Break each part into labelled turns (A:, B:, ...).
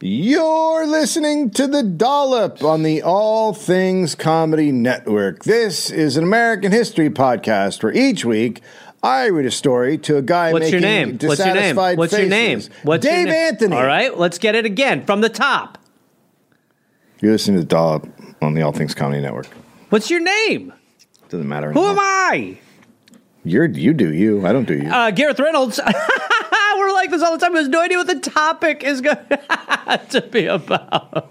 A: You're listening to The Dollop on the All Things Comedy Network. This is an American history podcast where each week I read a story to a guy
B: What's your
A: making
B: name? What's your name?
A: dissatisfied
B: What's your name?
A: faces.
B: What's your
A: Dave
B: name?
A: Anthony.
B: All right, let's get it again from the top.
A: You're listening to The Dollop on the All Things Comedy Network.
B: What's your name?
A: Doesn't matter.
B: Who am I?
A: You're, you do you. I don't do you.
B: Uh, Gareth Reynolds. We're like this all the time. There's no idea what the topic is going to be about.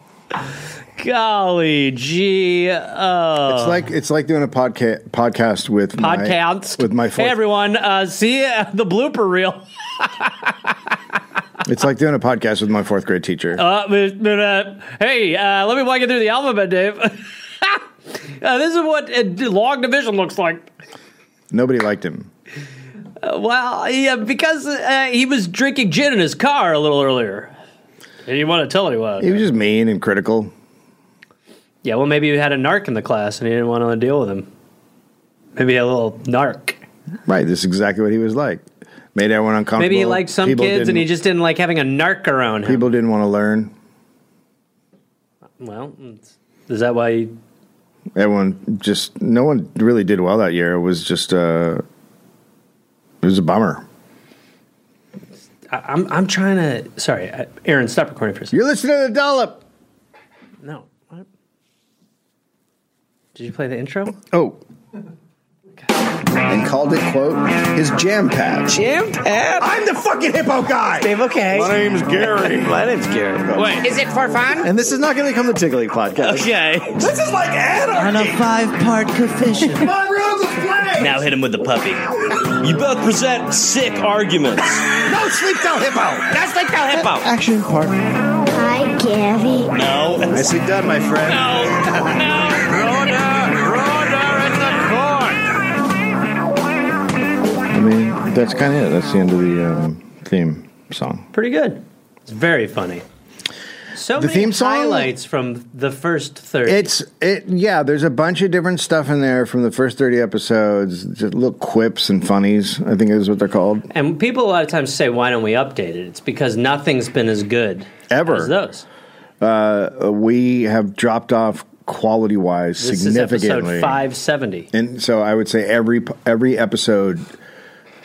B: Golly gee. Uh,
A: it's like it's like doing a podca- podcast with
B: podcast.
A: my with my
B: Hey,
A: fourth
B: everyone. Uh, see uh, the blooper reel.
A: It's like doing a podcast with my fourth grade teacher.
B: Uh, but, but, uh, hey, uh, let me walk you through the alphabet, Dave. Uh, this is what uh, long division looks like.
A: Nobody liked him.
B: Well, yeah, because uh, he was drinking gin in his car a little earlier. And you want to tell anyone.
A: He was just mean and critical.
B: Yeah, well, maybe he had a narc in the class and he didn't want to deal with him. Maybe a little narc.
A: Right. This is exactly what he was like. Made everyone uncomfortable.
B: Maybe he liked some
A: People
B: kids and
A: didn't-
B: he just didn't like having a narc around him.
A: people didn't want to learn.
B: Well, it's- is that why he,
A: Everyone just no one really did well that year. It was just uh, it was a bummer.
B: I, I'm I'm trying to? Sorry, I- Aaron, stop recording for a second.
A: You're listening to the dollop.
B: No. What? Did you play the intro?
A: Oh. And called it quote his jam patch.
C: Jim
D: Uh,
C: Pat.
A: I'm the fucking hippo guy.
C: Dave, okay. My name's Gary. My name's Gary.
B: Wait,
D: Is it for fun?
C: And this is not going to become the Tiggly podcast.
B: okay.
E: This is like anarchy.
F: on a five-part coefficient.
E: My rules of play.
G: Now hit him with the puppy. You both present sick arguments.
E: No sleep till hippo.
D: That's like the hippo.
F: Action part.
H: Hi, Gabby.
G: No.
C: Nicely done, my friend.
A: I mean, that's kind of it. That's the end of the um, theme song.
B: Pretty good. It's very funny. So
A: The
B: many
A: theme song?
B: highlights from the first third.
A: It's it yeah. There's a bunch of different stuff in there from the first thirty episodes. Just little quips and funnies. I think is what they're called.
B: and people a lot of times say, "Why don't we update it?" It's because nothing's been as good
A: Ever.
B: as those.
A: Uh, we have dropped off quality wise
B: This is
A: significantly.
B: episode five seventy.
A: And so I would say every every episode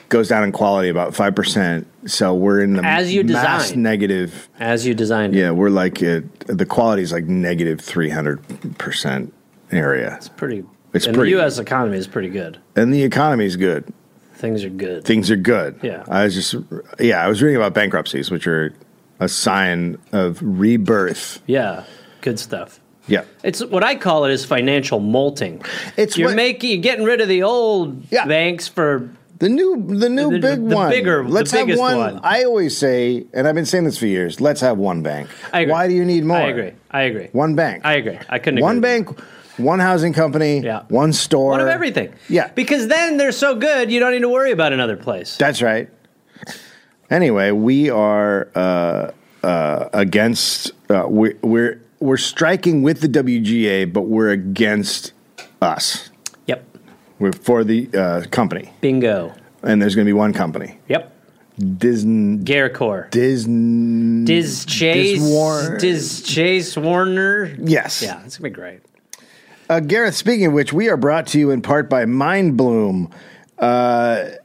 A: goes down in quality about five percent. So we're in the
B: As you
A: mass
B: design.
A: negative.
B: As you designed it,
A: Yeah, we're like at, the quality is like negative three hundred percent area,
B: pretty.
A: It's
B: and
A: pretty-
B: The U.S. economy is pretty good.
A: and the economy's good.
B: Things are good.
A: things are good.
B: Yeah.
A: I was just yeah, I was reading about bankruptcies, which are a sign of rebirth.
B: yeah, good stuff.
A: Yeah.
B: It's what I call it is financial molting.
A: It's
B: you're
A: what-
B: making you're getting rid of the old
A: Yeah.
B: banks for
A: The new the new
B: The- the-
A: big
B: the
A: one.
B: bigger- the
A: let's have
B: biggest
A: one,
B: one.
A: I always say, and I've been saying this for years, let's have one bank.
B: I agree.
A: Why do you need more?
B: I agree. I agree.
A: One bank.
B: I agree. I couldn't agree
A: One
B: with you.
A: bank, one housing company,
B: Yeah.
A: one store.
B: one of everything.
A: Yeah.
B: Because then they're so good you don't need to worry about another place.
A: That's right. Anyway, we are uh, uh, against. Uh, we're, we're we're striking with the WGA, but we're against us.
B: yep.
A: We're for the uh, company,
B: Bingo.
A: and there's going to be one company.
B: Yep.
A: Disney.
B: Garecor.
A: Disney.
B: Diz Chase.
A: Diz War-
B: Diz Chase Warner.
A: Yes.
B: Yeah, it's gonna be great.
A: Uh, Gareth, speaking of which, we are brought to you in part by Mind Bloom. Uh,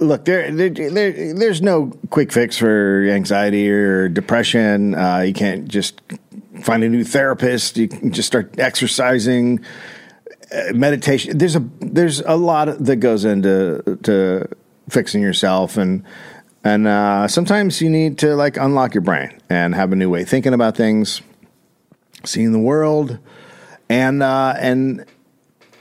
A: look, there, there, there, there's no quick fix for anxiety or depression. Uh, you can't just find a new therapist. You can just start exercising, uh, meditation. There's a there's a lot that goes into to fixing yourself and. And uh, sometimes you need to like unlock your brain and have a new way of thinking about things, seeing the world, and uh, and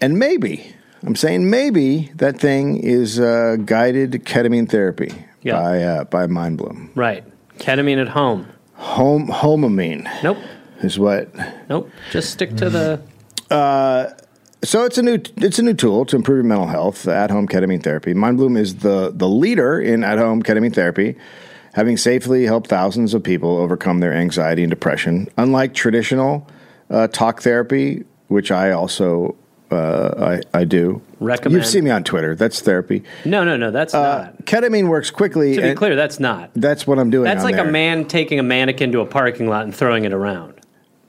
A: and maybe I'm saying maybe that thing is uh, guided ketamine therapy
B: Yeah.
A: by uh, by Mind Bloom.
B: Right. Ketamine at home.
A: Home homamine
B: Nope.
A: is what.
B: Nope. Just stick to the
A: So it's a new it's a new tool to improve your mental health. At home ketamine therapy. Mind Bloom is the the leader in at home ketamine therapy. Having safely helped thousands of people overcome their anxiety and depression, unlike traditional uh, talk therapy, which I also uh, I, I do.
B: Recommend.
A: You've seen me on Twitter. That's therapy.
B: No, no, no. That's
A: Uh,
B: not.
A: ketamine works quickly.
B: To be
A: and
B: clear, that's not.
A: That's what I'm doing.
B: That's
A: on
B: like a
A: there.
B: man taking a mannequin to a parking lot and throwing it around.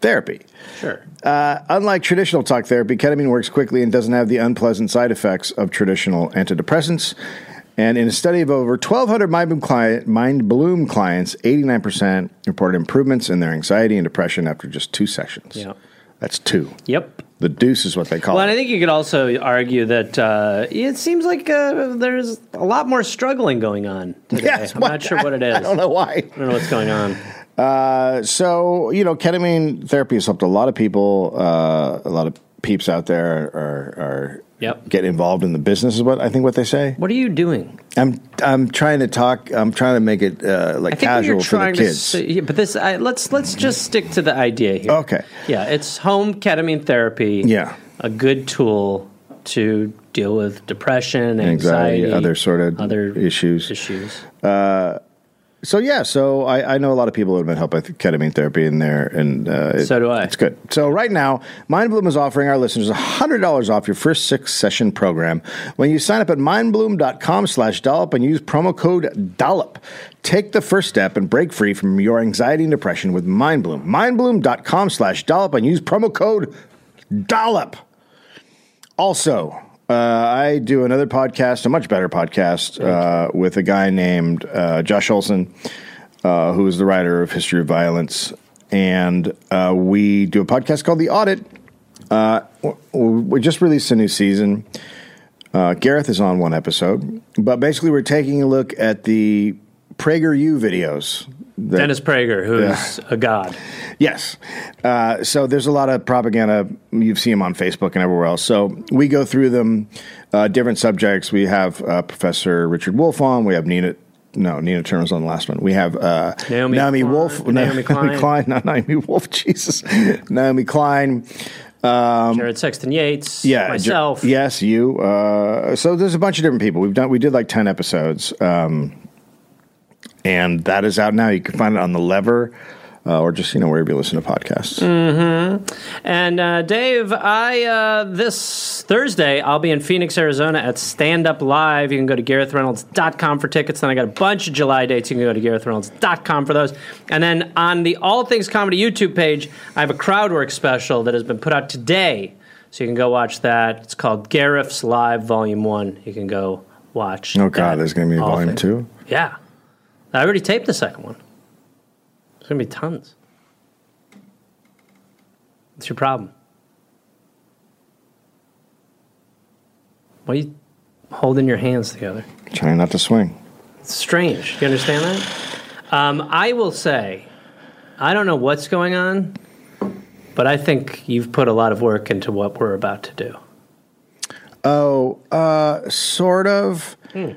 A: Therapy.
B: Sure.
A: Uh, unlike traditional talk therapy, ketamine works quickly and doesn't have the unpleasant side effects of traditional antidepressants. And in a study of over 1,200 Mind Bloom, client, Mind Bloom clients, 89% reported improvements in their anxiety and depression after just two sessions.
B: Yeah.
A: That's two.
B: Yep.
A: The deuce is what they call
B: Well, and I
A: it.
B: think you could also argue that uh, it seems like uh, there's a lot more struggling going on today.
A: Yes,
B: I'm
A: why-
B: not sure what it is.
A: I don't know why.
B: I don't know what's going on.
A: Uh, so you know, ketamine therapy has helped a lot of people. Uh, a lot of peeps out there are, are
B: Yep.
A: get involved in the business. Is what I think what they say.
B: What are you doing?
A: I'm I'm trying to talk. I'm trying to make it uh, like
B: I think what
A: casual
B: you're
A: for the
B: trying to
A: kids.
B: say, yeah, but this I, let's let's just stick to the idea here.
A: Okay.
B: Yeah, it's home ketamine therapy.
A: Yeah.
B: a good tool to deal with depression,
A: Anxiety,
B: anxiety,
A: other sort of issues.
B: Issues.
A: So yeah, so I, I know a lot of people have been helped by th- ketamine therapy in there, and uh, it-
B: So do I.
A: It's good. So right now, MindBloom is offering our listeners hundred dollars off your first six session program when you sign up at mindbloom.com/dollop and use promo code dollop. Take the first step and break free from your anxiety and depression with MindBloom. MindBloom.com/dollop and use promo code dollop. Also, uh, I do another podcast, a much better podcast, uh, with a guy named uh, Josh Olson, uh, who is the writer of History of Violence. And uh, we do a podcast called The Audit. Uh, w- w- we just released a new season. Uh, Gareth is on one episode, but basically, we're taking a look at the PragerU videos. that-
B: Dennis Prager, who's a god.
A: Yes. Uh, so there's a lot of propaganda. You've seen them on Facebook and everywhere else. So we go through them, uh, different subjects. We have uh, Professor Richard Wolf on. We have Nina. No, Nina Turner's on the last one. We have uh,
B: Naomi Klein-
A: Wolf.
B: Naomi Klein.
A: Not Naomi Wolf. Jesus. Naomi Klein.
B: Jared Sexton Yates.
A: Um, Yeah. J-
B: myself.
A: yes, you. Uh, so there's a bunch of different people. We've done. We did like ten episodes. Um, and that is out now. You can find it on the Lever, uh, or just you know wherever you listen to podcasts.
B: And uh, Dave, I uh, this Thursday I'll be in Phoenix, Arizona at Stand Up Live. You can go to GarethReynolds.com for tickets. Then I got a bunch of July dates. You can go to GarethReynolds.com for those. And then on the All Things Comedy YouTube page, I have a crowdwork special that has been put out today, so you can go watch that. It's called Gareth's Live Volume One. You can go watch.
A: Oh, God, there's gonna be a
B: All
A: volume
B: things.
A: two?
B: Yeah, I already taped the second one. There's gonna be tons. What's your problem? Why are you holding your hands together?
A: Trying not to swing.
B: It's strange. Do you understand that? Um, I will say, I don't know what's going on, but I think you've put a lot of work into what we're about to do.
A: Oh, uh, sort of.
B: Hmm.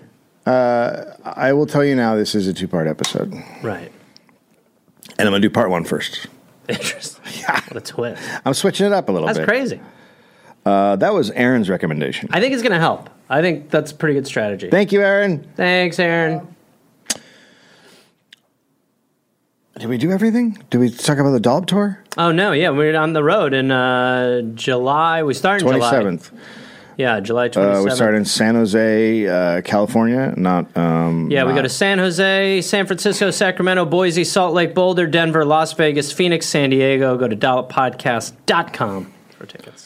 A: Uh, I will tell you now. This is a two-part episode, and
B: Right.
A: I'm gonna do part one first.
B: Interesting. What a twist.
A: I'm switching it up a little
B: That's
A: bit.
B: crazy.
A: Uh, that was Aaron's recommendation.
B: I think it's going to help. I think that's a pretty good strategy.
A: Thank you, Aaron.
B: Thanks, Aaron.
A: Did we do everything? Did we talk about the Dollop tour?
B: Oh no, yeah, we're on the road in uh, July. We start in
A: Twenty
B: July.
A: seventh.
B: Yeah, July twenty
A: Uh,
B: seventh.
A: we Uh, started in San Jose, uh, California. Not. Um,
B: Yeah, we
A: not-
B: go to San Jose, San Francisco, Sacramento, Boise, Salt Lake, Boulder, Denver, Las Vegas, Phoenix, San Diego. Go to dolloppodcast.com for tickets.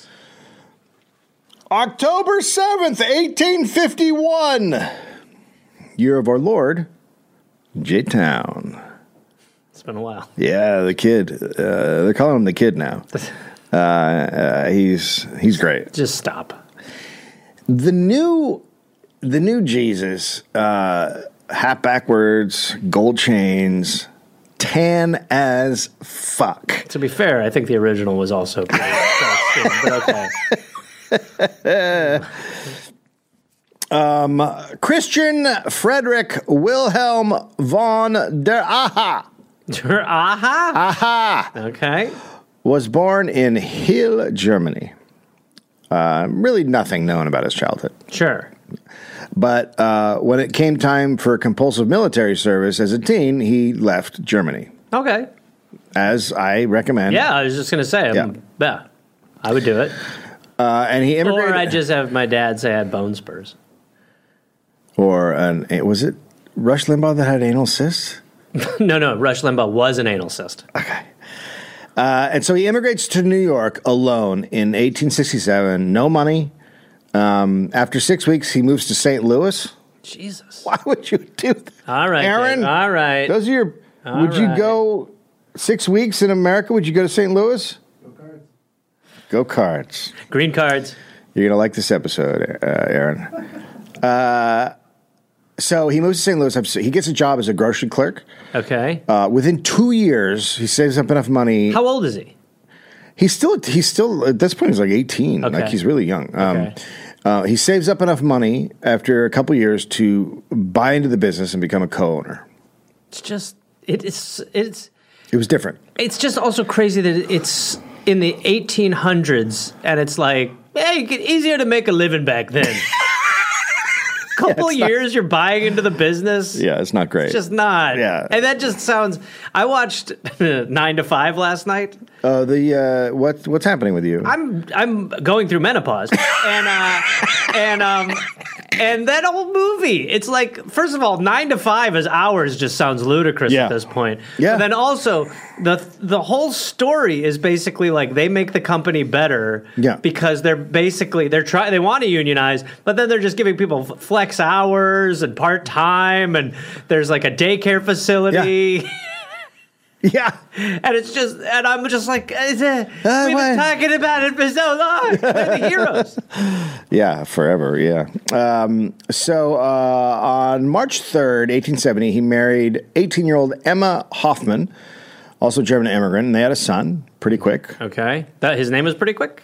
A: October 7th, 1851. Year of our Lord, J Town.
B: It's been a while.
A: Yeah, the kid. Uh, they're calling him the kid now. Uh, uh, he's he's great.
B: Just stop.
A: The new the new Jesus, uh, hat backwards, gold chains, tan as fuck.
B: To be fair, I think the original was also pretty dark skin, but okay.
A: Christian Frederick Wilhelm von der Aha
B: Aha.
A: Aha
B: Uh-huh. Okay.
A: was born in Hill, Germany. Uh, really, nothing known about his childhood.
B: Sure.
A: But uh, when it came time for compulsive military service as a teen, he left Germany,
B: Okay.
A: as I recommend.
B: Yeah, I was just gonna say. I'm- yeah. I would do it.
A: Uh, and he immigrated.
B: Or I just have my dad say I had bone spurs.
A: or an eh, was it Rush Limbaugh that had anal cysts?
B: no, no, Rush Limbaugh was an anal cyst.
A: Uh, and so he immigrates to New York alone in 1867. No money. Um, after six weeks, he moves to St. Louis.
B: Jesus.
A: Why would you do that?
B: All right,
A: Aaron.
B: Dave. All right.
A: Those are your.
B: All
A: would you
B: right.
A: go six weeks in America? Would you go to St. Louis? Go cards.
B: Green cards.
A: You're gonna like this episode, uh, Aaron. Uh, so he moves to St. Louis. I'm s- He gets a job as a grocery clerk.
B: Okay.
A: Uh, within two years, he saves up enough money.
B: How old is he?
A: He's still he's still at this point he's like eighteen.
B: Okay.
A: Like he's really young. Um,
B: Okay.
A: uh, he saves up enough money after a couple years to buy into the business and become a co-owner.
B: It's just it, it's it's
A: It was different.
B: it's just also crazy that it's in the 1800s and it's like hey it's easier to make a living back then couple years you're buying into the business
A: Yeah, it's not great.
B: it's just not
A: Yeah.
B: and that just sounds i watched nine to five last night
A: uh, the uh, what what's happening with you?
B: i'm i'm going through menopause and uh and um and that whole movie it's like first of all nine to five as hours just sounds ludicrous
A: Yeah.
B: at this point
A: Yeah.
B: but then also the the whole story is basically like they make the company better
A: Yeah.
B: because they're basically they're trying they want to unionize but then they're just giving people f- flex hours and part-time and there's like a daycare facility
A: yeah,
B: and it's just, and I'm just like, is it, we've
A: Uh, why-
B: been talking about it for so long. They're the heroes.
A: yeah, forever. Yeah. Um, so uh, on March third, eighteen seventy, he married eighteen-year-old Emma Hoffman, also German immigrant, and they had a son. Pretty quick.
B: Okay, that his name was pretty quick.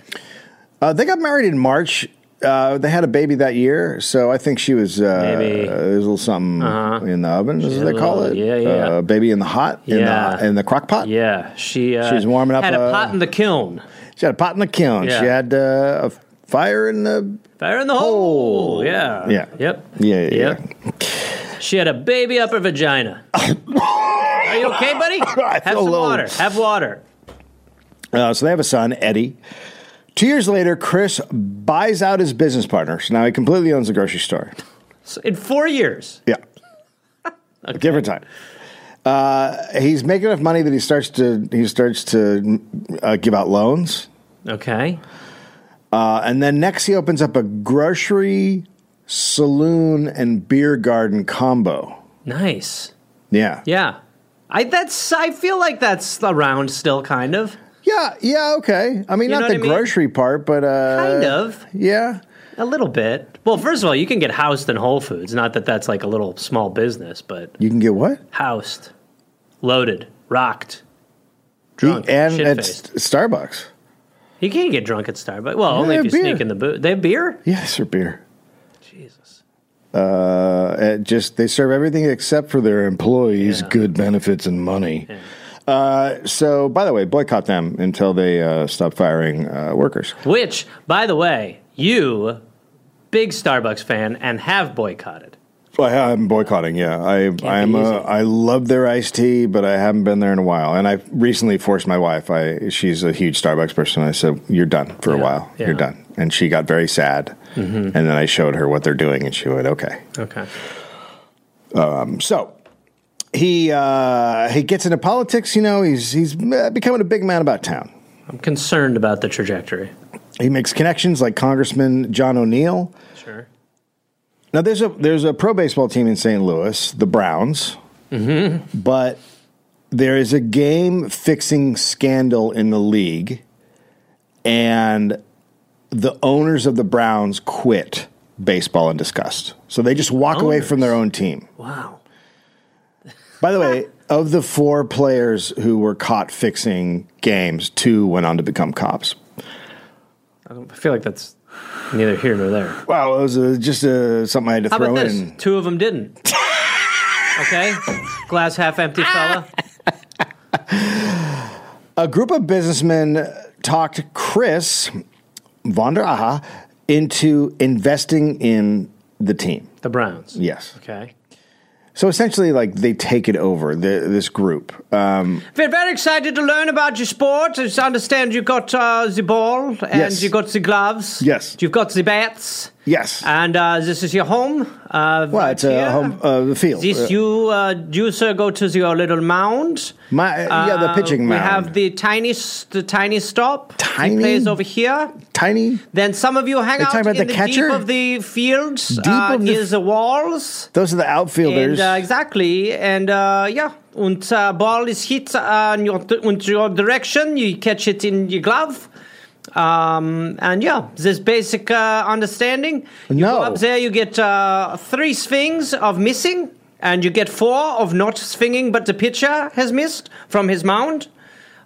A: Uh, they got married in March. Uh, they had a baby that year, so I think she was uh,
B: Maybe.
A: there's a little something in the oven, is
B: She's
A: what they
B: a
A: call
B: little-
A: it.
B: yeah, yeah.
A: Uh, baby in the hot in
B: Yeah.
A: the in the crock pot.
B: Yeah, she uh,
A: She was warming up
B: Had a
A: a-
B: pot in the kiln.
A: She had a pot in the kiln.
B: Yeah.
A: She had uh, a fire in the
B: Fire in the hole. Yeah.
A: Yeah.
B: Yep.
A: yeah yeah. yeah.
B: Yep. She had a baby up her vagina. Are you okay, buddy?
A: I
B: Have
A: feel
B: some
A: low.
B: water. Have water.
A: Uh, so they have a son, Eddie. Two years later, Chris buys out his business partner. So now he completely owns the grocery store.
B: So in four years,
A: Yeah. Different time. Uh, he's making enough money that he starts to he starts to uh, give out loans,
B: okay.
A: uh, and then next he opens up a grocery, saloon, and beer garden combo.
B: Nice.
A: Yeah,
B: Yeah. I that's I feel like that's around still kind of
A: yeah, yeah. Okay, I mean
B: You
A: not
B: know
A: the
B: what I mean?
A: grocery part, but uh,
B: kind of
A: Yeah,
B: A little bit. Well, first of all, you can get housed in Whole Foods. Not that that's like a little small business, but
A: you can get what
B: housed, loaded, rocked. Drunk,
A: and at
B: shit-faced.
A: Starbucks.
B: You can't get drunk at Starbucks. Well, only
A: they
B: if you
A: have beer.
B: sneak in the booth. They have beer.
A: Yes, or beer.
B: Jesus.
A: Uh, it just they serve everything except for their employees good benefits and money. Uh, so, by the way, boycott them until they uh, stop firing uh, workers.
B: Which, by the way, you, big Starbucks fan, and have boycotted.
A: I, am boycotting. Yeah, I I'm
B: be
A: uh,
B: easy.
A: I love their iced tea, but I haven't been there in a while. And I recently forced my wife. I she's a huge Starbucks person. I said, "You're done for a
B: Yeah,
A: while.
B: yeah. Mm-hmm.
A: You're done." And she got very sad. And then I showed her what they're doing, and she went, "Okay."
B: Okay.
A: So he uh, he gets into politics. You know, he's he's uh, becoming a big man about town.
B: I'm concerned about the trajectory.
A: He makes connections like Congressman John O'Neill.
B: Sure.
A: Now there's a there's a pro baseball team in St. Louis, the Browns, but there is a game fixing scandal in the league, and the owners of the Browns quit baseball in disgust. So they just walk away from their own team.
B: Wow.
A: By the way, of the four players who were caught fixing games, two went on to become cops.
B: I, don't, I feel like that's neither here nor there.
A: Wow, it was uh just uh something I had to
B: How
A: throw
B: about this?
A: in.
B: Two of them didn't. okay. Glass half empty, fella.
A: A group of businessmen talked Chris von der Aha into investing in the team.
B: The Browns.
A: Yes.
B: Okay.
A: So essentially, like they take it over the, this group. Um,
B: We're very excited to learn about your sport. I understand you got uh, the ball and
A: Yes.
B: you got the gloves.
A: Yes.
B: You've got the bats.
A: yes.
B: And uh, this is your home. Uh,
A: well,
B: right
A: it's a
B: here.
A: home uh, the field.
B: This
A: Uh,
B: you, uh, you sir, go to your little mound.
A: my yeah, the
B: Uh,
A: pitching mound.
B: We have the tiny, s- the tiny stop. He
A: Tiny?
B: plays over here.
A: tiny.
B: Then some of you hang
A: You're
B: out
A: talking about
B: in
A: the catcher?
B: deep of the field,
A: Deep
B: uh,
A: of the
B: near
A: f-
B: the walls.
A: Those are the outfielders.
B: And, uh, exactly, and uh, yeah, and uh, ball is hit uh, in your in your direction. You catch it in your glove, um, and yeah, this basic uh, understanding. You
A: No.
B: go up there, you get uh, three swings of missing, and you get four of not swinging, but the pitcher has missed from his mound.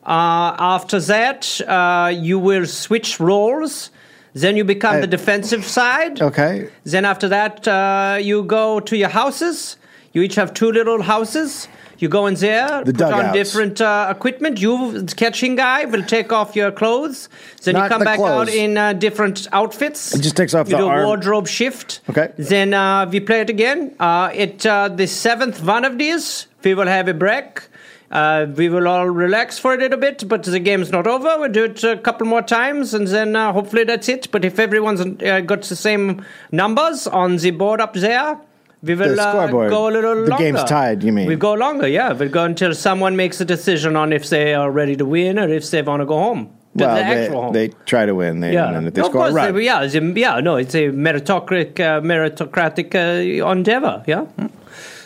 B: Uh, after that, uh, you will switch roles. Then you become the defensive side.
A: Uh, okay.
B: Then after that, uh, you go to your houses. You each have two little houses. You go in there,
A: The
B: put on
A: dugouts.
B: different uh, equipment. You, the catching guy, will take off your clothes. Then
A: Not
B: you come
A: the
B: back out
A: clothes.
B: in uh, different outfits. It
A: just takes off the
B: you do
A: arm.
B: a wardrobe shift.
A: Okay.
B: Then uh, we play it again. Uh, it uh, the seventh one of these. We will have a break. Uh, we will all relax for a little bit, but the game's not over. We'll do it a couple more times, and then uh, hopefully that's it. But if everyone's uh, got the same numbers on the board up there, we will
A: The scoreboard.
B: Uh, go a little
A: The
B: longer.
A: game's tied, you mean.
B: We go longer, yeah. We'll go until someone makes a decision on if they are ready to win or if they want to go home. To the actual
A: Well,
B: home.
A: they, they try to win. They,
B: Yeah,
A: and if they
B: of
A: score
B: course.
A: a run.
B: uh, yeah, it's a, yeah, no, it's a meritocratic, uh, meritocratic uh, endeavor. Yeah.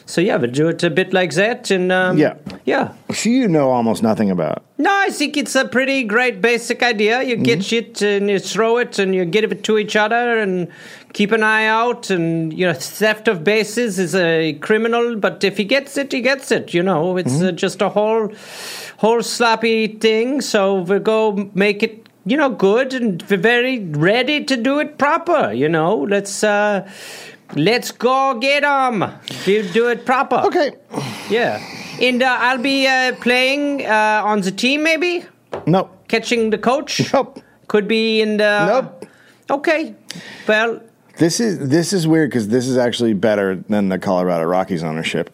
B: So yeah, we do it a bit like that, and um,
A: Yeah.
B: yeah.
A: So you know almost nothing about.
B: No, I think it's a pretty great basic idea. You get it and you throw it and you give it to each other and keep an eye out. And you know, theft of bases is a criminal, but if he gets it, he gets it. You know, it's uh, just a whole, whole sloppy thing. So we go make it. You know, good, and we're very ready to do it proper. You know, let's uh, let's go get 'em. We'll do it proper.
A: Okay.
B: Yeah. And uh, I'll be uh, playing uh, on the team, maybe?
A: Nope.
B: Catching the coach?
A: Nope.
B: Could be in the.
A: Nope.
B: Okay. Well,
A: This is this is weird because this is actually better than the Colorado Rockies ownership.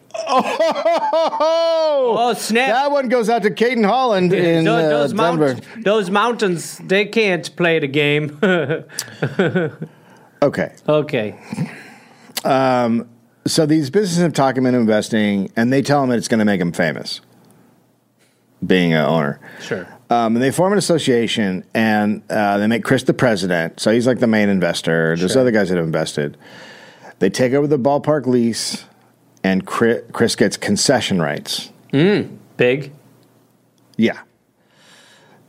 A: Oh,
B: Oh, snap.
A: That one goes out to Caden Holland in
B: tho-
A: uh,
B: those, mount-
A: Denver.
B: those mountains, they can't play the game.
A: Okay,
B: okay.
A: so these businesses have talked him into investing, and they tell him that it's going to make him famous, being an owner.
B: Sure.
A: Um, and they form an association, and uh, they make Chris the president. So he's like the main investor. There's other guys that have invested. They take over the ballpark lease, and Chris, Chris gets concession rights.
B: Big.
A: Yeah.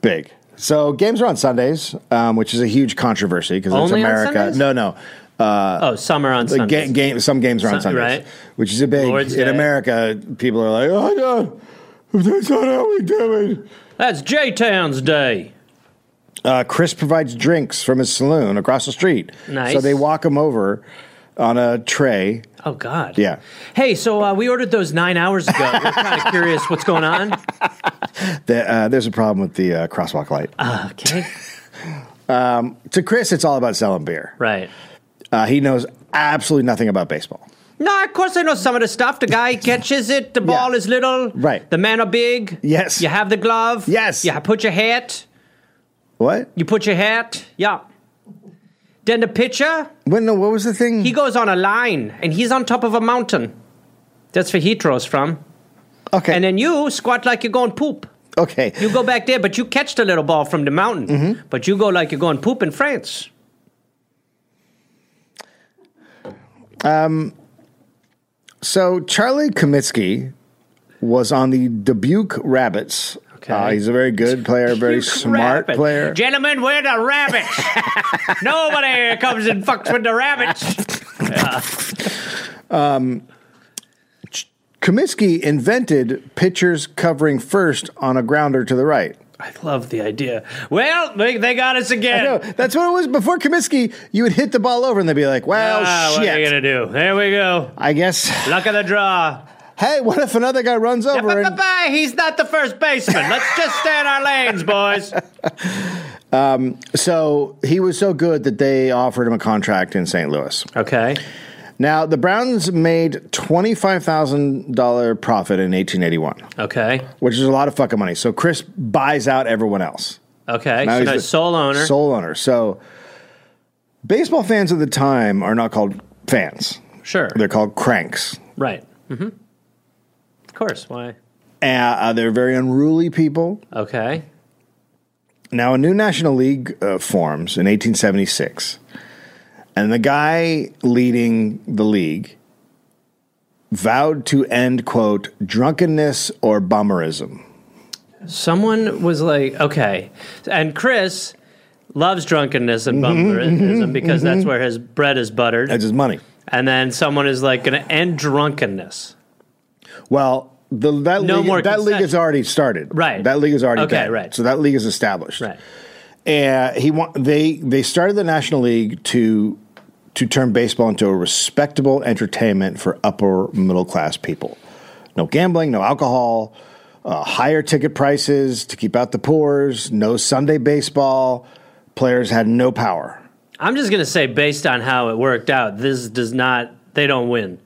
A: Big. So games are on Sundays, um, which is a huge controversy because it's
B: Only on
A: America.
B: Sundays?
A: No, no.
B: oh, summer on
A: The
B: Sunday.
A: Uh, ga- game, some games are on
B: Sun-
A: Sundays,
B: right.
A: which is a big.
B: Lord's
A: in
B: Day.
A: America, people are like, "Oh no, that's not how we do it."
B: That's J Town's Day.
A: Uh, Chris provides drinks from his saloon across the street.
B: Nice.
A: So they walk him over on a tray.
B: Oh, God.
A: Yeah.
B: Hey, so uh, we ordered those nine hours ago. We're kind of curious what's going on.
A: The, uh, there's a problem with the uh, crosswalk light.
B: Okay.
A: to Chris, it's all about selling beer.
B: Right.
A: Uh, he knows absolutely nothing about baseball.
B: No, of course I know some of the stuff. The guy catches it. The ball is little.
A: Right.
B: The men are big.
A: Yes.
B: You have the glove.
A: Yes.
B: You ha- put your hat.
A: What?
B: You put your hat. Yeah. Then the pitcher,
A: When? No, what was the thing?
B: he goes on a line, and he's on top of a mountain. That's where he throws from.
A: okay.
B: And then you squat like you're going poop.
A: okay.
B: You go back there, but you catch the little ball from the mountain.
A: Mm-hmm.
B: But you go like you're going poop in France.
A: So Charlie Kaminsky was on the Dubuque Rabbits.
B: Okay.
A: Uh, he's a very good player, very
B: You
A: smart
B: rabbit.
A: player.
B: Gentlemen, we're the rabbits. Nobody comes and fucks with the rabbits.
A: Kaminsky invented pitchers covering first on a grounder to the right.
B: I love the idea. Well, they, they got us again.
A: No, that's what it was before Kaminsky. You would hit the ball over, and they'd be like, "Well,
B: Ah, what are you
A: shit."
B: gonna do? There we go.
A: I guess.
B: Luck of the draw.
A: Hey, what if another guy runs over? and,
B: Bye. He's not the first baseman. Let's just stay in our lanes, boys.
A: so he was so good that they offered him a contract in St. Louis.
B: Okay.
A: Now, the Browns made $25,000 profit in 1881,
B: Okay.
A: which is a lot of fucking money. So Chris buys out everyone else.
B: Okay.
A: Now
B: so
A: he's
B: now
A: the
B: sole owner.
A: Sole owner. So baseball fans at the time are not called fans.
B: sure.
A: They're called cranks.
B: Right. hmm Of course. Why?
A: Uh, uh, they're very unruly people.
B: Okay.
A: Now, a new National League uh, forms in 1876, and the guy leading the league vowed to end, quote, drunkenness or bummerism.
B: Someone was like, okay. And Chris loves drunkenness and bummerism because that's where his bread is buttered.
A: Mm-hmm. That's his money.
B: and then someone is like going to end drunkenness.
A: Well, the, that,
B: No
A: league,
B: more
A: that league has
B: concession.
A: already started.
B: Right.
A: That league is already
B: Okay,
A: dead.
B: right.
A: So that league is established.
B: Right.
A: And he wa- they they started the National League to to turn baseball into a respectable entertainment for upper middle class people. No gambling, no alcohol, uh, higher ticket prices to keep out the poors, no Sunday baseball. Players had no power.
B: I'm just going to say, based on how it worked out, this does not, they don't win.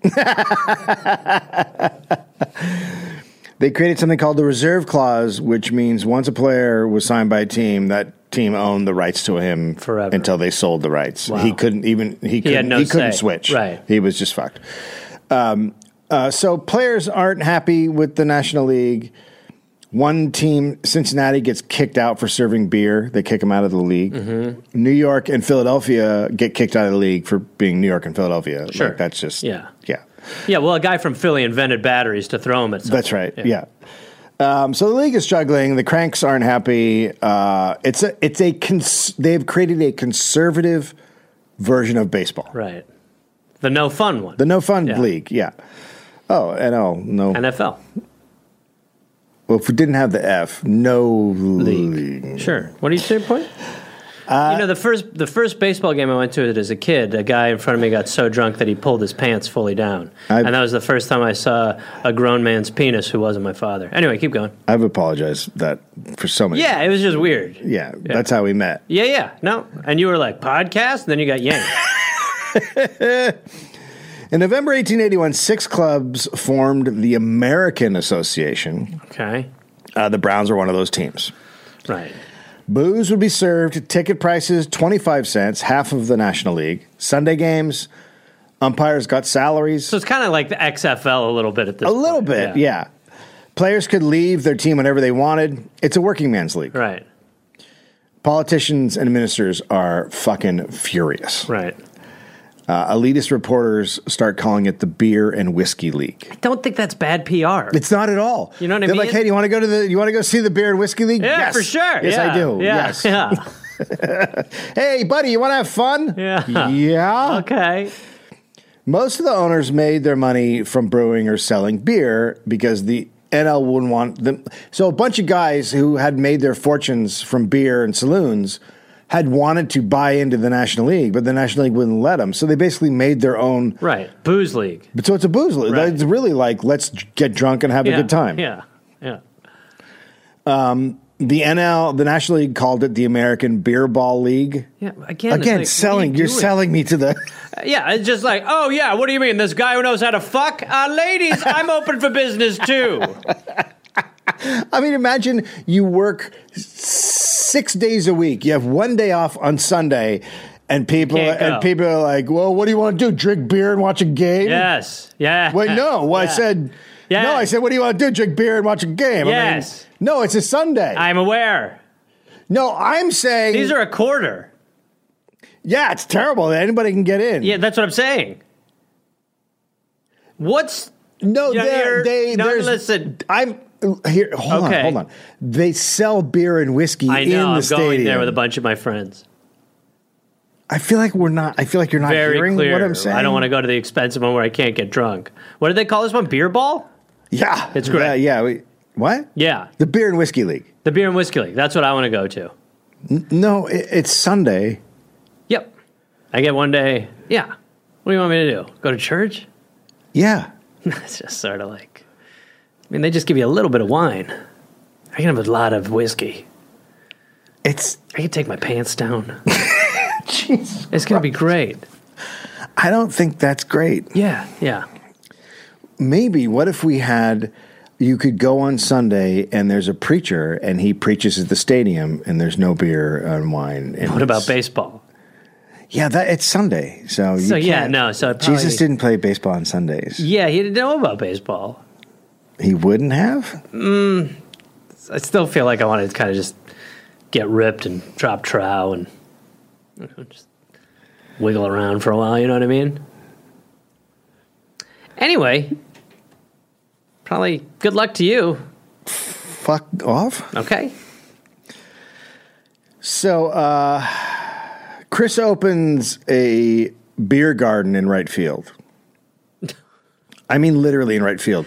A: They created something called the reserve clause, which means once a player was signed by a team, that team owned the rights to him
B: Forever.
A: until they sold the rights. He couldn't even he couldn't, he
B: had no
A: couldn't
B: say.
A: switch.
B: Right.
A: he was just fucked. Um, uh, so players aren't happy with the National League. One team, Cincinnati, gets kicked out for serving beer. They kick him out of the league.
B: Mm-hmm.
A: New York and Philadelphia get kicked out of the league for being New York and Philadelphia. Like,
B: Sure.
A: that's just
B: Yeah.
A: yeah.
B: yeah, well, a guy from Philly invented batteries to throw them at someone.
A: That's right. Yeah. Um, so the league is struggling. The cranks aren't happy. Uh, it's a it's a cons- they've created a conservative version of baseball.
B: Right. The no fun one.
A: The no fun
B: Yeah.
A: league. Yeah. Oh, and oh no.
B: NFL.
A: well, if we didn't have the F, no league.
B: Sure. What do you say, point?
A: Uh,
B: you know the first the first baseball game I went to it as a kid. A guy in front of me got so drunk that he pulled his pants fully down,
A: I-
B: and that was the first time I saw a grown man's penis who wasn't my father. Anyway, keep going.
A: I've apologized that for so many.
B: Yeah, it was just weird.
A: Yeah. That's how we met.
B: Yeah, yeah. No, and you were like podcast, and then you got yanked.
A: In November 1881, six clubs formed the American Association.
B: okay,
A: Uh, the Browns were one of those teams.
B: right.
A: Booze would be served, ticket prices 25 cents, half of the National League. Sunday games, umpires got salaries.
B: So it's kind of like the XFL a little bit at this.
A: A little bit, yeah. Players could leave their team whenever they wanted. It's a working man's league.
B: Right.
A: Politicians and ministers are fucking furious.
B: Right.
A: Uh, elitist reporters start calling it the beer and whiskey league.
B: Don't think that's bad PR.
A: It's not at all.
B: You know what I
A: They're
B: mean?
A: like, hey, do you want to go to the? You want to go see the beer and whiskey league?
B: yeah,
A: yes,
B: for sure.
A: Yes, I
B: yeah.
A: do.
B: Yeah.
A: Yes.
B: Yeah.
A: Hey, buddy, you want to have fun?
B: Yeah.
A: Yeah.
B: Okay.
A: Most of the owners made their money from brewing or selling beer because the NL wouldn't want them. So a bunch of guys who had made their fortunes from beer and saloons had wanted to buy into the National League, but the National League wouldn't let them. So they basically made their own.
B: Right. Booze league.
A: But so it's a booze. league.
B: Right.
A: It's really like let's get drunk and have
B: Yeah.
A: a good time.
B: Yeah. Yeah.
A: The NL, the National League called it the American Beer Ball League.
B: Yeah. Again, it's
A: Again,
B: like,
A: selling.
B: what are you
A: You're
B: doing?
A: selling me to the.
B: Yeah, it's just like, oh yeah, what do you mean? This guy who knows how to fuck, uh, ladies, I'm open for business too.
A: I mean, imagine you work six days a week. You have one day off on Sunday, and people
B: can't
A: and
B: go.
A: people are like, "Well, what do you want to do? Drink beer and watch a game?"
B: Yes. Yeah.
A: Wait, no. Well, I
B: Yeah.
A: said.
B: Yeah.
A: No, I said, what do you want to do? Drink beer and watch a game?
B: Yes.
A: I mean, no, it's a Sunday.
B: I'm aware.
A: no, I'm saying.
B: These are a quarter.
A: yeah, it's terrible that anybody can get in.
B: Yeah, that's what I'm saying. What's
A: No,
B: Yeah,
A: they're,
B: you're-
A: they.
B: no,
A: there's-
B: listen.
A: I'm here. Hold
B: Okay.
A: on. Hold on. They sell beer and whiskey
B: I
A: in the
B: know I'm
A: stadium.
B: going there with a bunch of my friends.
A: I feel like we're not. I feel like you're not
B: Very
A: hearing
B: clear.
A: what I'm saying.
B: I don't want to go to the expensive one where I can't get drunk. What did they call this one? Beer ball?
A: Yeah,
B: It's great.
A: Yeah, yeah. We, what?
B: Yeah.
A: The beer and whiskey league.
B: The beer and whiskey league. That's what I want to go to.
A: No, it, it's Sunday.
B: Yep. I get one day. Yeah. What do you want me to do? Go to church?
A: Yeah,
B: It's just sort of like, I mean, they just give you a little bit of wine. I can have a lot of whiskey.
A: it's.
B: I can take my pants down. it's going to be great.
A: I don't think that's great.
B: Yeah, yeah.
A: Maybe what if we had you could go on Sunday and there's a preacher and he preaches at the stadium and there's no beer and wine. And
B: What about
A: it's-
B: baseball?
A: Yeah, that it's Sunday, so you
B: So, yeah,
A: can't-
B: no, so it
A: Jesus
B: probably-
A: didn't play baseball on Sundays.
B: Yeah, he didn't know about baseball.
A: He wouldn't have.
B: I still feel like I want to kind of just get ripped and drop trow and you know, just wiggle around for a while. You know what I mean? Anyway, probably good luck to you.
A: Fuck off.
B: Okay.
A: So uh, Chris opens a beer garden in right field. I mean, literally in right field.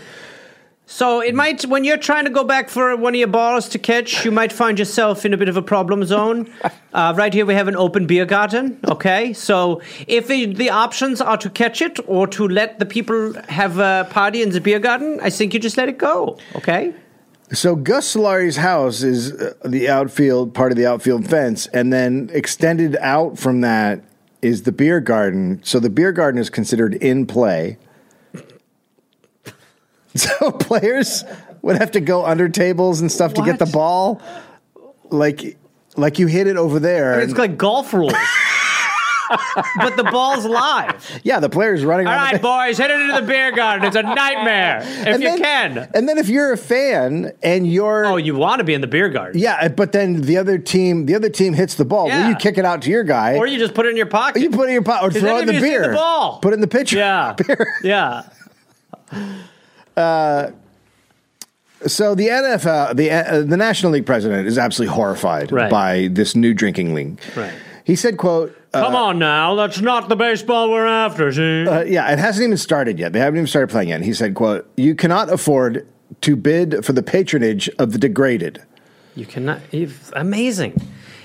B: So it might, when you're trying to go back for one of your balls to catch, you might find yourself in a bit of a problem zone. Uh, right here, we have an open beer garden. Okay, so if the the options are to catch it or to let the people have a party in the beer garden, I think you just let it go. Okay.
A: So Gus Solari's house is uh, the outfield part of the outfield fence, and then extended out from that is the beer garden. So the beer garden is considered in play. So players would have to go under tables and stuff to get the
B: What?
A: ball, like like you hit it over there.
B: It's like golf rules. but the ball's live.
A: yeah, the players running.
B: All
A: around the
B: right,
A: ba-
B: boys, head into the beer garden. It's a nightmare. If you can.
A: And then if you're a fan and you're
B: Oh, you want to be in the beer garden.
A: yeah, but then the other team the other team hits the ball.
B: Yeah.
A: Will you kick it out to your guy?
B: Or you just put it in your pocket.
A: You put it in your pot or throw
B: then
A: it in the
B: if you see
A: beer.
B: the ball.
A: Put it in the pitcher.
B: yeah.
A: Beer.
B: Yeah.
A: So the NFL, the uh, the National League president is absolutely horrified
B: Right.
A: by this new drinking league.
B: Right.
A: He said, "quote uh,
B: Come on now, that's not the baseball we're after, see?
A: uh, Yeah, it hasn't even started yet. They haven't even started playing yet." And he said, "quote You cannot afford to bid for the patronage of the degraded."
B: you cannot. You've, amazing.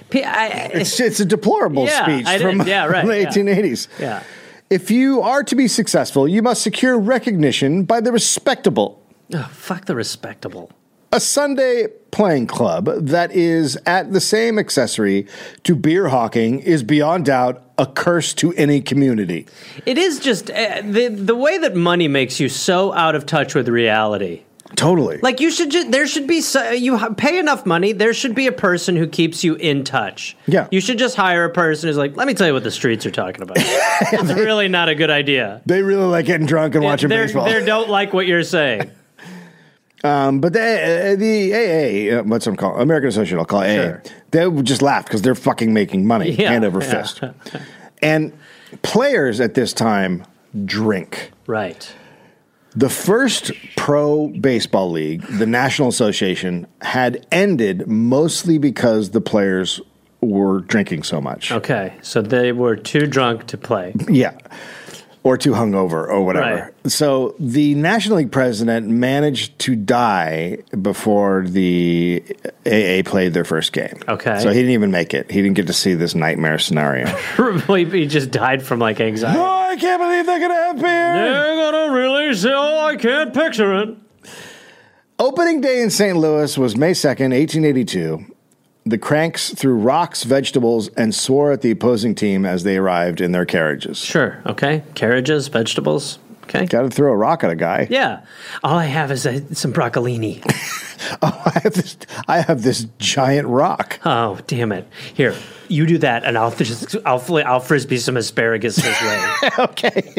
B: P- I, I,
A: It's it's a deplorable
B: Yeah,
A: speech
B: I
A: from,
B: didn't- yeah, right,
A: from the
B: yeah.
A: eighteen eighties.
B: yeah.
A: If you are to be successful, you must secure recognition by the respectable.
B: Oh, fuck the respectable.
A: a Sunday playing club that is at the same accessory to beer hawking is beyond doubt a curse to any community.
B: It is just uh, the the way that money makes you so out of touch with reality.
A: Totally.
B: Like you should just there should be so, you h- pay enough money there should be a person who keeps you in touch.
A: Yeah.
B: You should just hire a person who's like, "Let me tell you what the streets are talking about." it's really not a good idea.
A: they really like getting drunk and watching
B: they
A: baseball.
B: they don't like what you're saying.
A: um, but the, uh, the AA, uh, what's I'm calling American Association, I'll call it
B: Sure.
A: AA. They would just laugh because they're fucking making money
B: Yeah,
A: hand over
B: yeah.
A: fist. and players at this time drink.
B: right.
A: The first pro baseball league, the National Association, had ended mostly because the players were drinking so much.
B: Okay. So they were too drunk to play.
A: Yeah. Or too hungover or whatever. So the National League president managed to die before the AA played their first game.
B: Okay.
A: So he didn't even make it. He didn't get to see this nightmare scenario.
B: he just died from like anxiety.
A: oh, I can't believe they're going to have beer.
B: They're gonna really say, "Oh, I can't picture it."
A: Opening day in St. Louis was May 2nd, 1882. The Cranks threw rocks, vegetables, and swore at the opposing team as they arrived in their carriages.
B: Sure. Okay. Carriages, vegetables. Okay.
A: Got to throw a rock at a guy.
B: Yeah. All I have is uh some broccolini.
A: Oh, I have this. I have this giant rock.
B: Oh damn it! Here, you do that, and I'll just I'll fl- I'll frisbee some asparagus his way.
A: okay.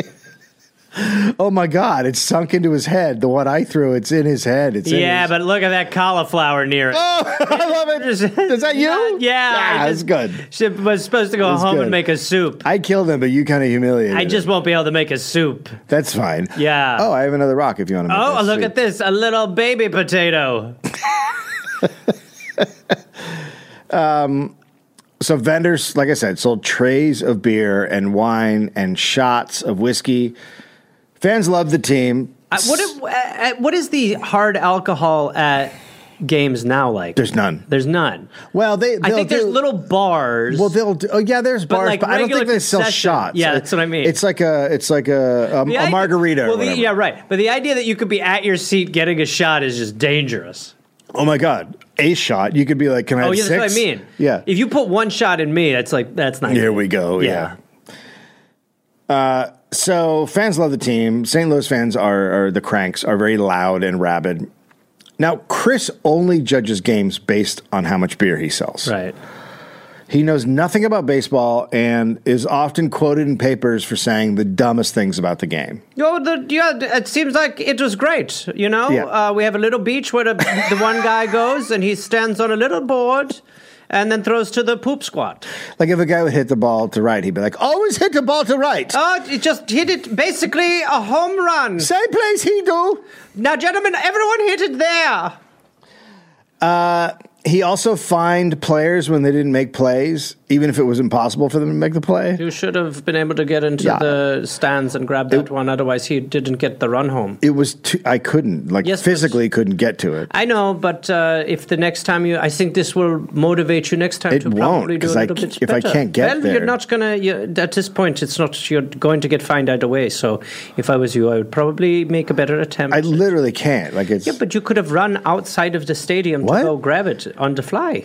A: oh my God! It's sunk into his head. The one I threw, it's in his head. It's in
B: yeah,
A: his-
B: but look at that cauliflower near it.
A: Oh, I love it. Is that you?
B: Yeah, I
A: yeah, it's
B: just-
A: good.
B: She was supposed to go
A: It's
B: home
A: good.
B: and make a soup.
A: I killed him, but you kind of humiliated.
B: I
A: him.
B: just won't be able to make a soup.
A: That's fine.
B: Yeah.
A: Oh, I have another rock if you want to.
B: Oh, look at this! A little baby potato.
A: So vendors, like I said, sold trays of beer and wine and shots of whiskey. Fans loved the team.
B: Uh, what if- uh, uh, what is the hard alcohol at games now like?
A: There's none.
B: There's none.
A: Well, they.
B: I
A: they'll
B: think there's
A: do-
B: little bars.
A: Well, they'll. Do, oh, yeah, there's bars,
B: like,
A: but I don't
B: regular
A: think they sell
B: concession.
A: shots.
B: Yeah, that's what I mean.
A: It's like a. It's like a a,
B: The
A: a
B: idea-
A: margarita. or
B: Well, the,
A: whatever.
B: yeah, right. But the idea that you could be at your seat getting a shot is just dangerous.
A: Oh my God, a shot. You could be like, can I?
B: Oh,
A: have
B: yeah, that's what I
A: six?
B: mean.
A: Yeah.
B: If you put one shot in me, that's like that's not.
A: Here we go. Yeah. Uh, so fans love the team. St. Louis fans are, are the cranks, are very loud and rabid. Now, Chris only judges games based on how much beer he sells.
I: Right.
A: He knows nothing about baseball and is often quoted in papers for saying the dumbest things about the game.
I: Oh, the, yeah, it seems like it was great. You know,
A: Yeah.
I: uh, we have a little beach where the, the one guy goes and he stands on a little board and then throws to the poop squat.
A: Like if a guy would hit the ball to right, he'd be like, always hit the ball to right.
I: Oh, it just hit it basically a home run.
A: Same place he do.
I: Now, gentlemen, everyone hit it there.
A: He also fined players when they didn't make plays, even if it was impossible for them to make the play.
I: You should have been able to get into
A: Yeah.
I: the stands and grab that one. Otherwise, he didn't get the run home.
A: It was too, I couldn't like
I: Yes, but-
A: physically couldn't get to it.
I: I know, but uh, if the next time you, I think this will motivate you next time
A: It
I: to
A: won't,
I: probably do a
A: 'cause
I: little
A: I
I: bit
A: c- if I
I: better.
A: can't get
I: well,
A: there-
I: you're not gonna. You, at this point, it's not. You're going to get fined either way. So, if I was you, I would probably make a better attempt.
A: I literally can't. Like it's
I: yeah, but you could have run outside of the stadium
A: What?
I: to go grab it on the fly.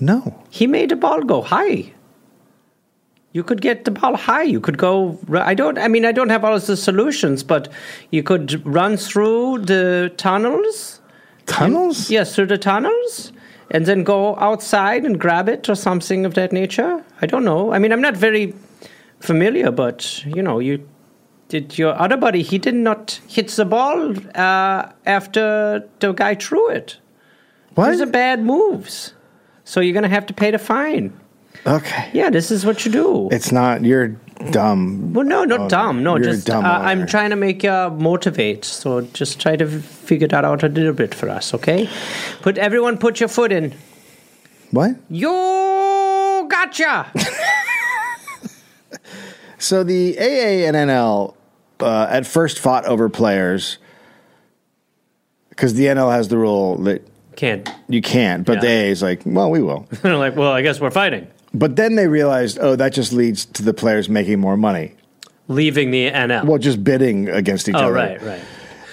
A: no.
I: He made the ball go high. You could get the ball high. You could go. I don't. I mean, I don't have all of the solutions, but you could run through the tunnels.
A: Tunnels?
I: Yes, through the tunnels, and then go outside and grab it or something of that nature. I don't know. I mean, I'm not very familiar, but you know, you did your other buddy. He did not hit the ball uh, after the guy threw it.
A: What?
I: These are bad moves. So you're going to have to pay the fine.
A: okay.
I: Yeah, this is what you do.
A: It's not you're dumb.
I: well, no, not
A: Oh,
I: dumb. No,
A: you're a
I: just
A: dumb
I: uh, I'm
A: owner.
I: trying to make you motivate. So just try to figure that out a little bit for us, okay? Put everyone, put your foot in.
A: What?
I: Yo, gotcha.
A: So the AA and NL uh, at first fought over players because the NL has the rule that
I: Can't.
A: you can't, but the
I: Yeah.
A: AA is like, well, we will.
I: like, well, I guess we're fighting.
A: but then they realized, oh, that just leads to the players making more money.
I: Leaving the NL.
A: Well, just bidding against each
I: oh,
A: other.
I: right, right.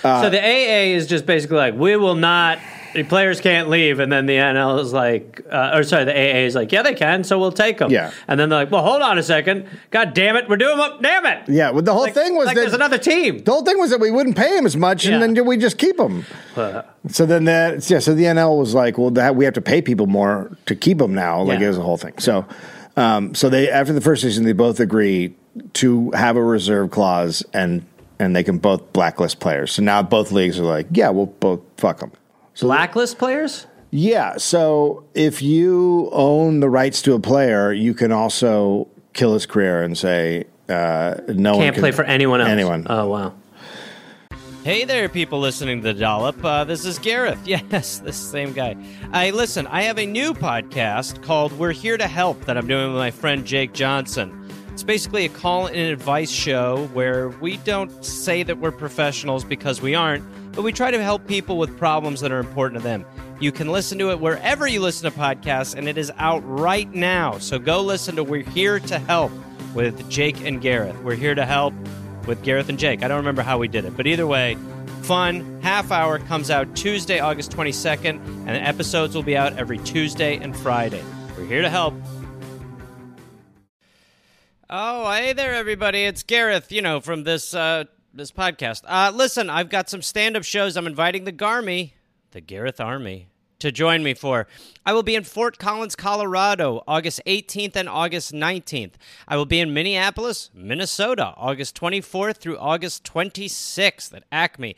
A: Uh,
I: so the AA is just basically like, we will not, the players can't leave. And then the NL is like, uh, or sorry, the AA is like, yeah, they can, so we'll take them.
A: Yeah.
I: And then they're like, well, hold on a second. God damn it, we're doing what? Damn it.
A: Yeah. Well, the whole
I: Like,
A: thing was
I: like
A: that
I: there's another team.
A: The whole thing was that we wouldn't pay him as much,
I: Yeah.
A: and then we just keep him. so then that yeah, so the NL was like, well, that we have to pay people more to keep him now. Like
I: Yeah.
A: it was a whole thing. So, um, so they after the first season, they both agree to have a reserve clause, and and they can both blacklist players. So now both leagues are like, yeah, we'll both fuck them.
I: Blacklist players?
A: Yeah. So if you own the rights to a player, you can also kill his career and say uh, no one
I: Can't
A: can-
I: play for anyone else.
A: Anyone.
I: Oh, wow.
B: Hey there, people listening to the Dollop. Uh, this is Gareth. Yes, this same guy. I listen. I have a new podcast called "We're Here to Help" that I'm doing with my friend Jake Johnson. It's basically a call and advice show where we don't say that we're professionals because we aren't, but we try to help people with problems that are important to them. You can listen to it wherever you listen to podcasts, and it is out right now. So go listen to "We're Here to Help" with Jake and Gareth. We're here to help with Gareth and Jake. I don't remember how we did it, but either way, fun half hour comes out Tuesday, August 22nd, and the episodes will be out every Tuesday and Friday. We're here to help. Oh, hey there, everybody! It's Gareth, you know, from this uh, this podcast. Uh, listen, I've got some stand up shows. I'm inviting the Garmy, the Gareth Army, to join me for. I will be in Fort Collins, Colorado, August 18th and August 19th. I will be in Minneapolis, Minnesota, August 24th through August 26th at Acme.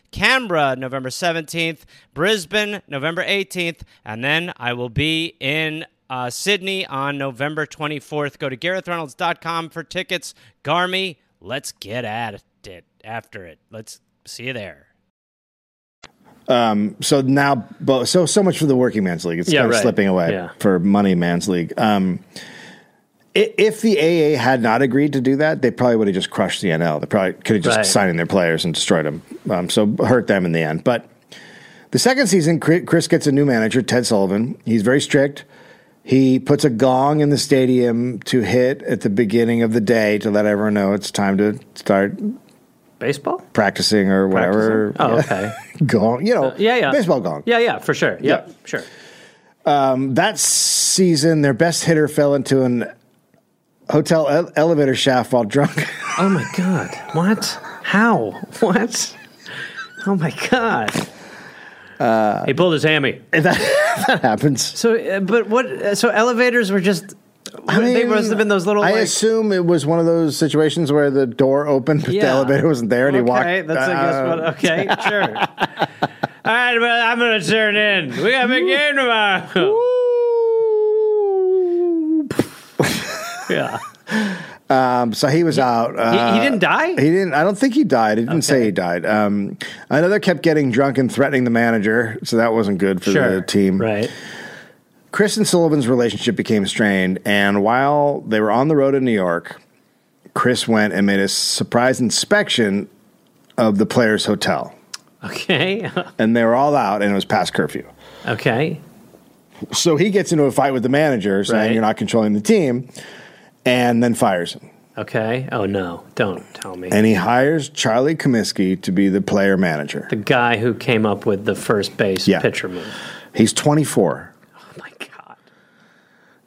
B: Canberra, November 17th, Brisbane, November 18th, and then I will be in uh, Sydney on November 24th. Go to GarethReynolds.com for tickets. Garmy, let's get at it after it. Let's see you there.
A: Um, so now, bo- so so much for the working man's league. It's
I: Yeah,
A: kind of
I: right.
A: slipping away
I: Yeah.
A: for money man's league. Um, i- if the AA had not agreed to do that, they probably would have just crushed the NL. They probably could have just
I: Right.
A: signed in their players and destroyed them. Um, so hurt them in the end. But the second season, Cri- Chris gets a new manager, Ted Sullivan. He's very strict. He puts a gong in the stadium to hit at the beginning of the day to let everyone know it's time to start
I: Baseball?
A: practicing or whatever.
I: Oh, okay.
A: Gong, you know,
I: Yeah, yeah.
A: baseball gong.
I: Yeah, yeah, for sure. Yep,
A: Yeah.
I: sure.
A: That season, their best hitter fell into an hotel ele- elevator shaft while drunk.
I: Oh my god. What? How? What? Oh my god. he pulled his hammy.
A: that, that happens.
I: So, uh, but what? uh, So elevators were just. they must have been those little.
A: I
I: like,
A: assume it was one of those situations where the door opened, but the
I: Yeah.
A: elevator wasn't there, and
I: okay,
A: he walked.
I: that's I guess
A: uh,
I: what. Okay, sure. All right, well, I'm gonna turn in. We got a big game tomorrow. yeah.
A: Um, so he was out. Uh,
I: he didn't die?
A: He didn't. I don't think he died. It didn't say he died. Um, another kept getting drunk and threatening the manager, so that wasn't good for
I: Sure.
A: the team.
I: Right.
A: Chris and Sullivan's relationship became strained, and while they were on the road in New York, Chris went and made a surprise inspection of the players' hotel,
I: Okay.
A: and they were all out, and it was past curfew.
I: okay.
A: So he gets into a fight with the manager, saying
I: Right.
A: you're not controlling the team, and then fires him.
I: Okay. Oh no! Don't tell me.
A: And he hires Charlie Comiskey to be the player manager.
I: the guy who came up with the first base
A: Yeah.
I: pitcher move.
A: He's 24.
I: Oh my god.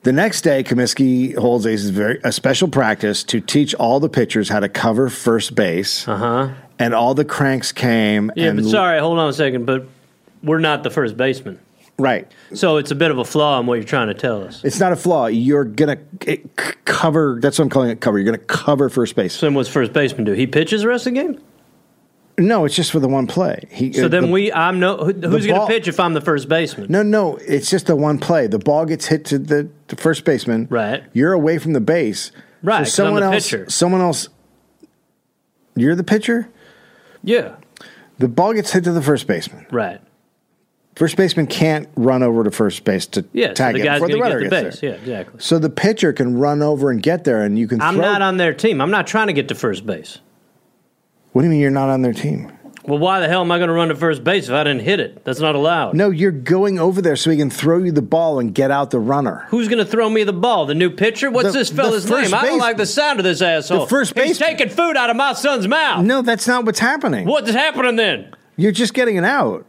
A: The next day, Comiskey holds a, very, a special practice to teach all the pitchers how to cover first base. Uh huh. And all the cranks came.
I: Yeah,
A: and,
I: but sorry, hold on a second, but we're not the first baseman.
A: Right.
I: So it's a bit of a flaw in what you're trying to tell us.
A: It's not a flaw. You're going to cover. That's what I'm calling it cover. You're going to cover first base.
I: So then what's first baseman do? He pitches the rest of the game?
A: no, it's just for the one play. He,
I: So
A: uh,
I: then
A: the-
I: we I'm no who, who's going
A: ball-
I: to pitch if I'm the first baseman?
A: No, no, it's just the one play. The ball gets hit to the, the first baseman.
I: Right.
A: You're away from the base.
I: Right, 'cause I'm
A: someone
I: the
A: else.
I: pitcher.
A: Someone else. You're the pitcher.
I: Yeah.
A: The ball gets hit to the first baseman.
I: Right.
A: First baseman can't run over to first base to
I: Yeah, so
A: tag
I: the
A: it
I: guy's
A: before
I: going
A: the
I: to
A: runner
I: get the
A: gets
I: base.
A: there.
I: Yeah, exactly.
A: So the pitcher can run over and get there, and you can.
I: I'm
A: throw.
I: not on their team. I'm not trying to get to first base.
A: What do you mean you're not on their team?
I: Well, why the hell am I going to run to first base if I didn't hit it? That's not allowed.
A: No, you're going over there so he can throw you the ball and get out the runner.
I: Who's going to throw me the ball? The new pitcher? What's
A: The-
I: this fella's
A: the first
I: name? I don't
A: base-
I: like the sound of this asshole.
A: The first
I: He's
A: baseman.
I: taking food out of my son's mouth.
A: No, that's not what's happening.
I: What's happening then?
A: You're just getting an out.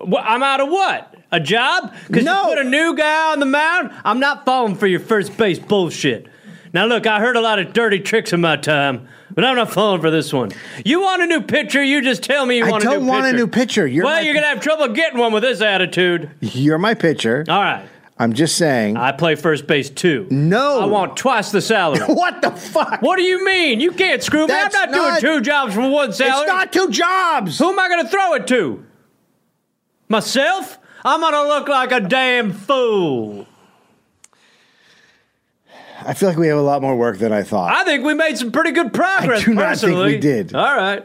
I: Wh- I'm out of what? A job? Because
A: No.
I: you put a new guy on the mound? I'm not falling for your first base bullshit. Now, look, I heard a lot of dirty tricks in my time, but I'm not falling for this one. You want a new pitcher? You just tell me you
A: I
I: want a new
A: don't want a
I: pitcher.
A: new pitcher. You're
I: well,
A: my-
I: you're going to have trouble getting one with this attitude.
A: You're my pitcher.
I: All right.
A: I'm just saying.
I: I play first base too.
A: No.
I: I want twice the salary.
A: What the fuck?
I: what do you mean? You can't screw me. I'm
A: That's
I: not,
A: not-
I: doing two jobs for one salary.
A: It's not two jobs.
I: Who am I going to throw it to? Myself? I'm going to look like a damn fool.
A: I feel like we have a lot more work than I thought.
I: I think we made some pretty good progress.
A: I do not think we
I: personally.
A: did.
I: All right.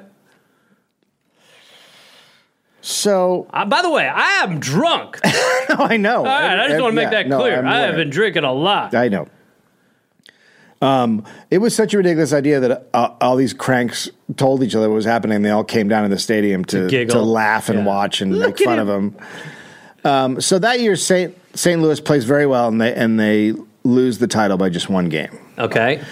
A: so
I: Uh, by the way, I am drunk. All
A: no, I know. All
I: right, I just want to make that clear. I have been drinking a lot.
A: I know. Um, it was such a ridiculous idea that uh, all these cranks told each other what was happening. They all came down to the stadium to, to,
I: giggle.
A: laugh and
I: Yeah.
A: watch and make
I: Look
A: fun
I: at
A: of them. Um, so that year, Saint St. Louis plays very well, and they and they lose the title by just one game.
I: Okay.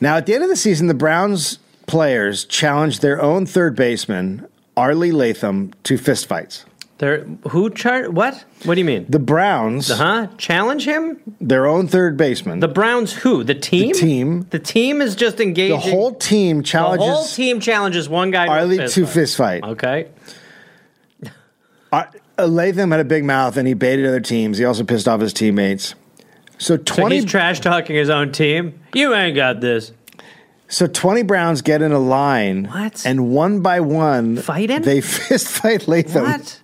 A: Now, at the end of the season, the Browns players challenged their own third baseman, Arlie Latham, to fistfights.
I: There. Who chart? What? What do you mean?
A: The Browns,
I: huh? Challenge him?
A: their own third baseman,
I: The
A: the,
I: Browns? Who? The team?
A: team.
I: The team is just engaging.
A: whole team
I: The whole
A: challenges
I: team challenges one guy. to a
A: Arlie
I: fist
A: to
I: fight.
A: fistfight.
I: Okay.
A: Ar- uh, Latham had a big mouth and he baited other teams. He also pissed off his teammates. So
I: So
A: 20,
I: he's trash talking his own team. You ain't got this.
A: so 20 Browns get in a line.
I: What?
A: And one by one,
I: Fight him?
A: they fist fight Latham.
I: What?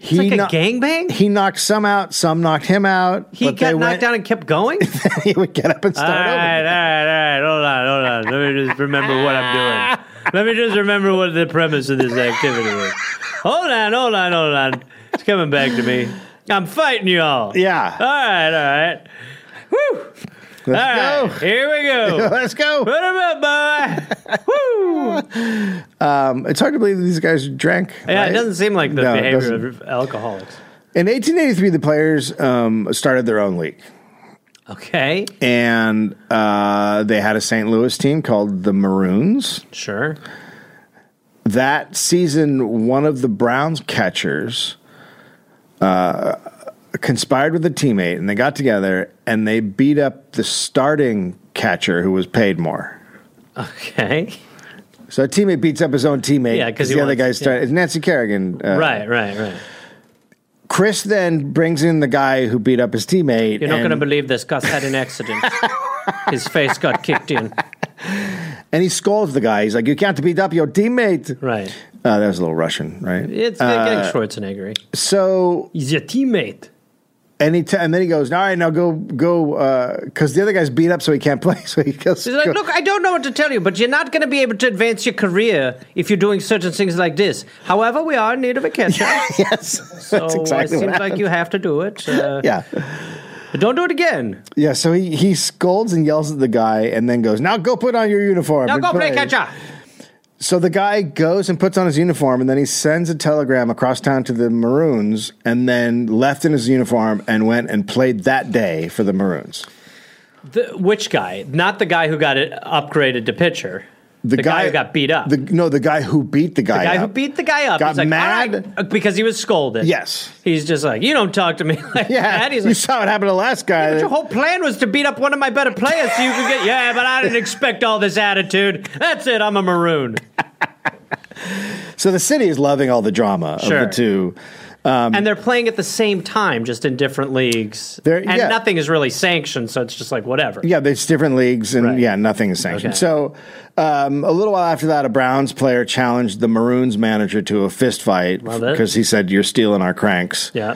A: He
I: It's like a
A: kno-
I: gangbang?
A: He knocked some out, some knocked him out.
I: He
A: but
I: got
A: they
I: knocked
A: went-
I: down and kept going?
A: he would get up and
I: all
A: start over.
I: right, all right, all right. Hold on, hold on. Let me just remember what I'm doing. Let me just remember what the premise of this activity was. Hold on, hold on, hold on. It's coming back to me. I'm fighting y'all.
A: Yeah.
I: All right, all right. Whew.
A: Let's
B: All right,
A: go.
B: here we go.
A: Let's go.
B: Put 'em up, boy. Woo!
A: Um, it's hard to believe that these guys drank.
I: Yeah,
A: right?
I: it doesn't seem like the
A: No, it
I: behavior
A: doesn't.
I: of alcoholics.
A: In 1883, the players um, started their own league,
I: Okay,
A: and uh, they had a St. Louis team called the Maroons.
I: sure.
A: That season, one of the Browns catchers uh, conspired with a teammate, and they got together and they beat up the starting catcher who was paid more.
I: Okay,
A: So a teammate beats up his own teammate.
I: Yeah, 'cause he
A: the other
I: wants-
A: guy started. It's Nancy Kerrigan. Uh,
I: right, right, right.
A: Chris then brings in the guy who beat up his teammate.
I: You're not going to
A: and-
I: believe this. Gus had an accident. His face got kicked in.
A: and he scolds the guy. He's like, "You can't beat up your teammate."
I: Right.
A: Uh, that was a little Russian, right?
I: It's getting Schwarzenegger.
A: So
I: He's your teammate.
A: and he t- and then he goes, "All right, now go go," because the other guy's beat up, so he can't play. So he goes,
I: He's like,
A: go-
I: look, I don't know what to tell you, but you're not going to be able to advance your career if you're doing certain things like this. However, we are in need of a catcher.
A: yes,
I: so
A: that's
I: it
A: exactly
I: seems
A: what happened.
I: like you have to do it. Uh,
A: yeah,
I: but Don't do it again.
A: yeah. So he he scolds and yells at the guy, and then goes, "Now go put on your uniform."
I: Now
A: and
I: go play catcher.
A: So the guy goes and puts on his uniform, and then he sends a telegram across town to the Maroons, and then left in his uniform and went and played that day for the Maroons.
I: The, which guy? Not the guy who got it upgraded to pitcher. The, guy, who got beat up.
A: The,
I: The,
A: no, the guy who beat the guy.
I: guy who
A: up.
I: beat the guy up
A: Got
I: he's like,
A: mad?
I: "All right," because he was scolded.
A: Yes.
I: He's just like, you don't talk to me like
A: Yeah,
I: that. He's
A: you
I: like,
A: saw what happened to the last guy.
I: But your whole plan was to beat up one of my better players so you could get. Yeah, but I didn't expect all this attitude. That's it. I'm a maroon.
A: so the city is loving all the drama
I: Sure.
A: of the two.
I: and they're playing at the same time, just in different leagues.
A: They're-
I: And
A: yeah.
I: nothing is really sanctioned, so it's just like whatever.
A: Yeah, there's different leagues, and
I: Right.
A: yeah, nothing is sanctioned.
I: Okay.
A: So um, a little while after that, a Browns player challenged the Maroons manager to a fist fight
I: Love it.
A: because he said, "You're stealing our cranks."
I: Yeah.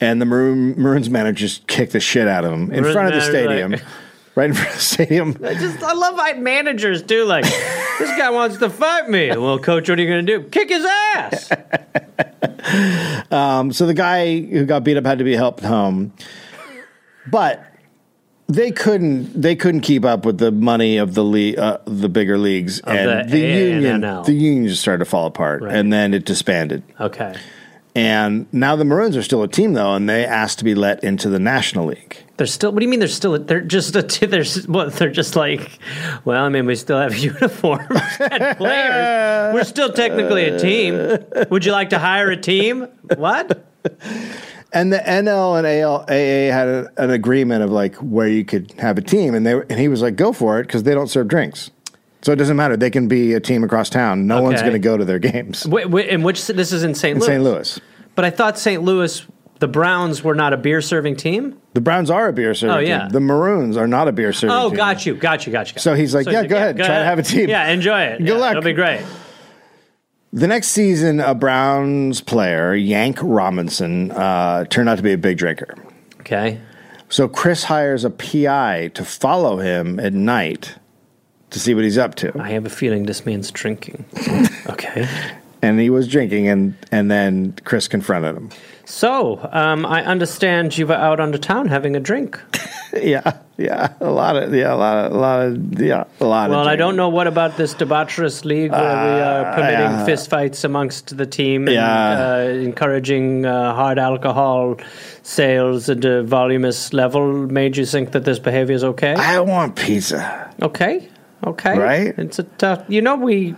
A: and the Maroon, Maroons manager just kicked the shit out of him in
I: Maroons
A: front of the
I: manager,
A: stadium,
I: like-
A: right in front of the stadium.
I: I just I love how managers do like this guy wants to fight me. Well, coach, what are you going to do? Kick his ass.
A: Um, So the guy who got beat up had to be helped home, but they couldn't they couldn't keep up with the money of the le- uh, the bigger leagues and
I: the
A: the union
I: ANNL.
A: the union just started to fall apart and then it disbanded.
I: Okay.
A: And now the Maroons are still a team though, and they asked to be let into the National League.
I: They're still. What do you mean? They're still. They're just. A t- they're. s- What? They're just like. Well, I mean, we still have uniforms and players. We're still technically a team. Would you like to hire a team? What?
A: And the NL and AL, AA had a, an agreement of like where you could have a team, and they were- and he was like, "Go for it," because they don't serve drinks, so it doesn't matter. They can be a team across town. No one's
I: Okay.
A: going to go to their games
I: Wait, wait, in which? This is in St.
A: in
I: Louis.
A: St. Louis.
I: But I thought St. Louis, the Browns were not a beer serving team.
A: The Browns are a beer serving
I: Oh, yeah.
A: team. The Maroons are not a beer serving
I: Oh,
A: team.
I: got you, got you, got you. got
A: So
I: you.
A: he's like, yeah,
I: he's
A: go ahead, try to have a team.
I: Yeah, enjoy it.
A: Good
I: Yeah,
A: luck.
I: It'll be great.
A: The next season, a Browns player, Yank Robinson, uh, turned out to be a big drinker.
I: Okay.
A: So Chris hires a PI to follow him at night to see what he's up to.
I: I have a feeling this man's drinking. okay.
A: and he was drinking and and then Chris confronted him.
I: So um, I understand you were out on the town having a drink.
A: Yeah, yeah, a lot of yeah, a lot of a lot of yeah, a lot of.
I: Well, I don't know what about this debaucherous league where we are permitting
A: Uh, yeah.
I: fistfights amongst the team and
A: Yeah.
I: uh, encouraging uh, hard alcohol sales at a voluminous level. Made you think that this behavior is okay?
A: I want pizza.
I: Okay. Okay.
A: Right?
I: It's a tough. You know, we.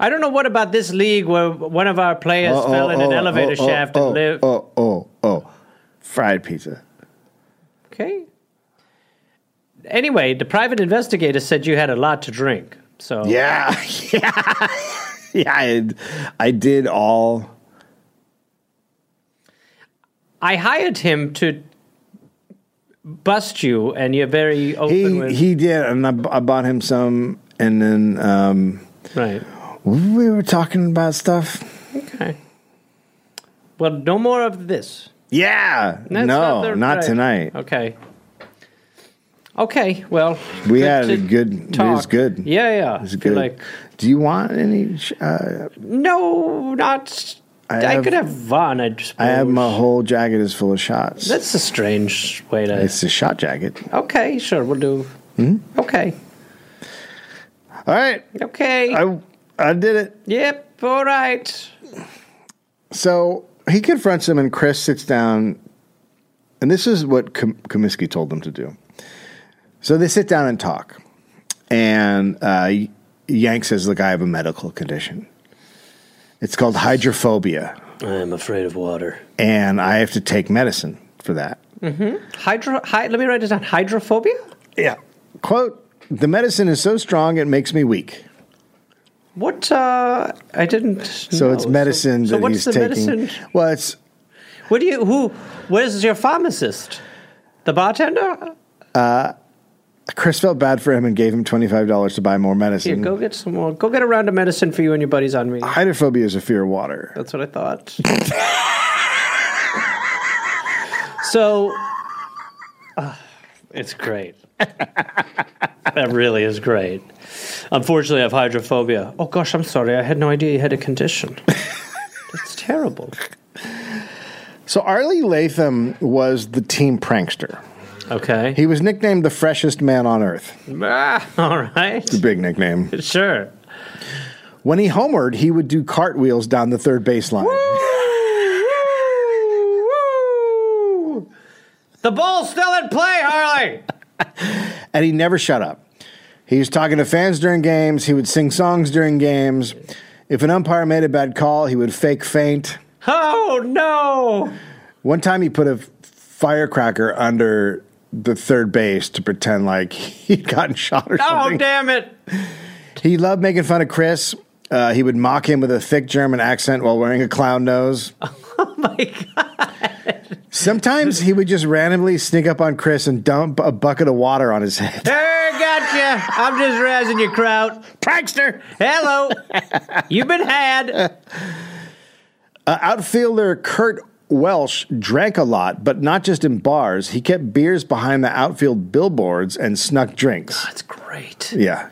I: I don't know what about this league where one of our players fell in an elevator
A: oh,
I: shaft
A: oh,
I: and lived.
A: Oh, oh, oh, fried pizza.
I: Okay. Anyway, the private investigator said you had a lot to drink. So
A: Yeah, yeah, yeah. I, I did all.
I: I hired him to bust you, and you're very open
A: He
I: with.
A: he did, and I, b- I bought him some, and then um,
I: right.
A: we were talking about stuff.
I: Okay. Well, no more of this.
A: Yeah,
I: That's
A: no, not,
I: the- right.
A: tonight.
I: Okay. Okay. Well,
A: We
I: good
A: had
I: to
A: a good. It was
I: talk.
A: good.
I: Yeah, yeah.
A: It's
I: I
A: good.
I: feel Like
A: Do you want any? sh- Uh,
I: No, not.
A: I
I: I,
A: have-
I: could have Vaughn. I just.
A: I have my whole jacket is full of shots.
I: That's a strange way to.
A: it's a shot jacket.
I: Okay, sure, we'll do.
A: Hmm?
I: Okay.
A: All right,
I: Okay.
A: I I did it.
I: yep. All right.
A: So he confronts him, and Chris sits down. And this is what Kom- Comiskey told them to do. So they sit down and talk. And uh, Yank says, Look, I have a medical condition. It's called hydrophobia,
I: I'm afraid of water.
A: and I have to take medicine for that.
I: Hydro. Hy- let me write this down. Hydrophobia.
A: Yeah. Quote The medicine is so strong, it makes me weak.
I: What? Uh, I didn't.
A: So
I: know.
A: it's medicine
I: So,
A: that
I: what's
A: he's
I: the
A: taking.
I: medicine?
A: Well, it's
I: What do you? Who? What is your pharmacist? The bartender.
A: Chris felt bad for him and gave him $25 to buy more
I: Here,
A: medicine.
I: go get some more. Go get a round of medicine for you and your buddies on me.
A: Hydrophobia is a fear of water.
I: That's what I thought. so, ah, it's great. that really is great. Unfortunately, I have hydrophobia. Oh gosh, I'm sorry. I had no idea you had a condition. That's terrible.
A: So Arlie Latham was the team prankster.
I: Okay.
A: He was nicknamed the freshest man on earth.
I: Ah, all right.
A: Big nickname.
I: Sure.
A: When he homered, he would do cartwheels down the third baseline.
I: The ball's still in play, Harley.
A: And he never shut up. He was talking to fans during games. He would sing songs during games. If an umpire made a bad call, he would fake faint.
I: Oh no!
A: One time he put a firecracker under the third base to pretend like he'd gotten shot or
I: Oh
A: something.
I: damn it!
A: He loved making fun of Chris. Uh, he would mock him with a thick German accent while wearing a clown nose. Oh my god! Sometimes he would just randomly sneak up on Chris and dump a bucket of water on his head.
I: Hey, gotcha. I'm just razzing your crowd.
A: Prankster.
I: Hello. You've been had.
A: Uh, outfielder Kurt Welsh drank a lot, but not just in bars. He kept beers behind the outfield billboards and snuck drinks.
I: That's great.
A: Yeah.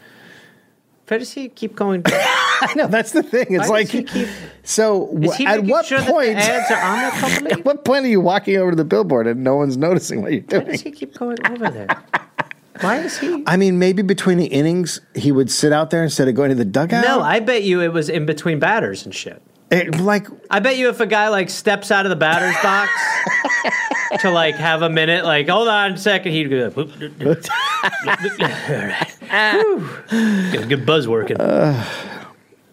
I: Where does he keep going?
A: I know that's the thing. It's
I: Why
A: like
I: does he keep-
A: so.
I: Is he
A: wh- at
I: making
A: what
I: sure
A: point?
I: that the ads are on there
A: At
I: properly?
A: what point are you walking over to the billboard and no one's noticing what you're
I: Why
A: doing?
I: does he keep going over there? Why is he?
A: I mean, maybe between the innings, he would sit out there instead of going to the dugout.
I: No, I bet you it was in between batters and shit.
A: It- like
I: I bet you if a guy like steps out of the batter's box to like have a minute, like hold on a second, he'd go. "Boop, doop, doop, doop, doop." All right. Whew. Got a Good buzz working.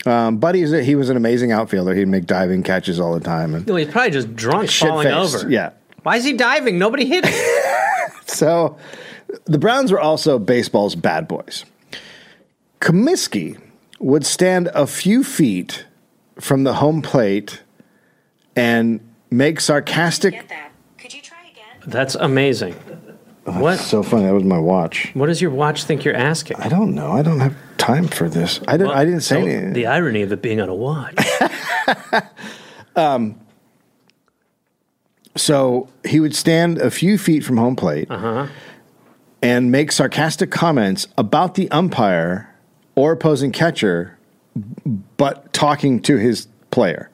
A: um, Buddy's, he was an amazing outfielder. He'd make diving catches all the time, and
I: No, he's probably just drunk, falling
A: Shit-faced,
I: over.
A: Yeah.
I: Why is he diving? Nobody hit him.
A: So the Browns were also baseball's bad boys. Comiskey would stand a few feet from the home plate and make sarcastic.
D: Get that. Could you try again?
I: That's amazing. What?
A: Oh, So funny. That was my watch.
I: what does your watch think you're asking?
A: I don't know. I don't have time for this. I didn't. I didn't say
I: So,
A: anything.
I: The irony of it being on a watch.
A: So he would stand a few feet from home plate
I: Uh-huh.
A: and make sarcastic comments about the umpire or opposing catcher, but talking to his player.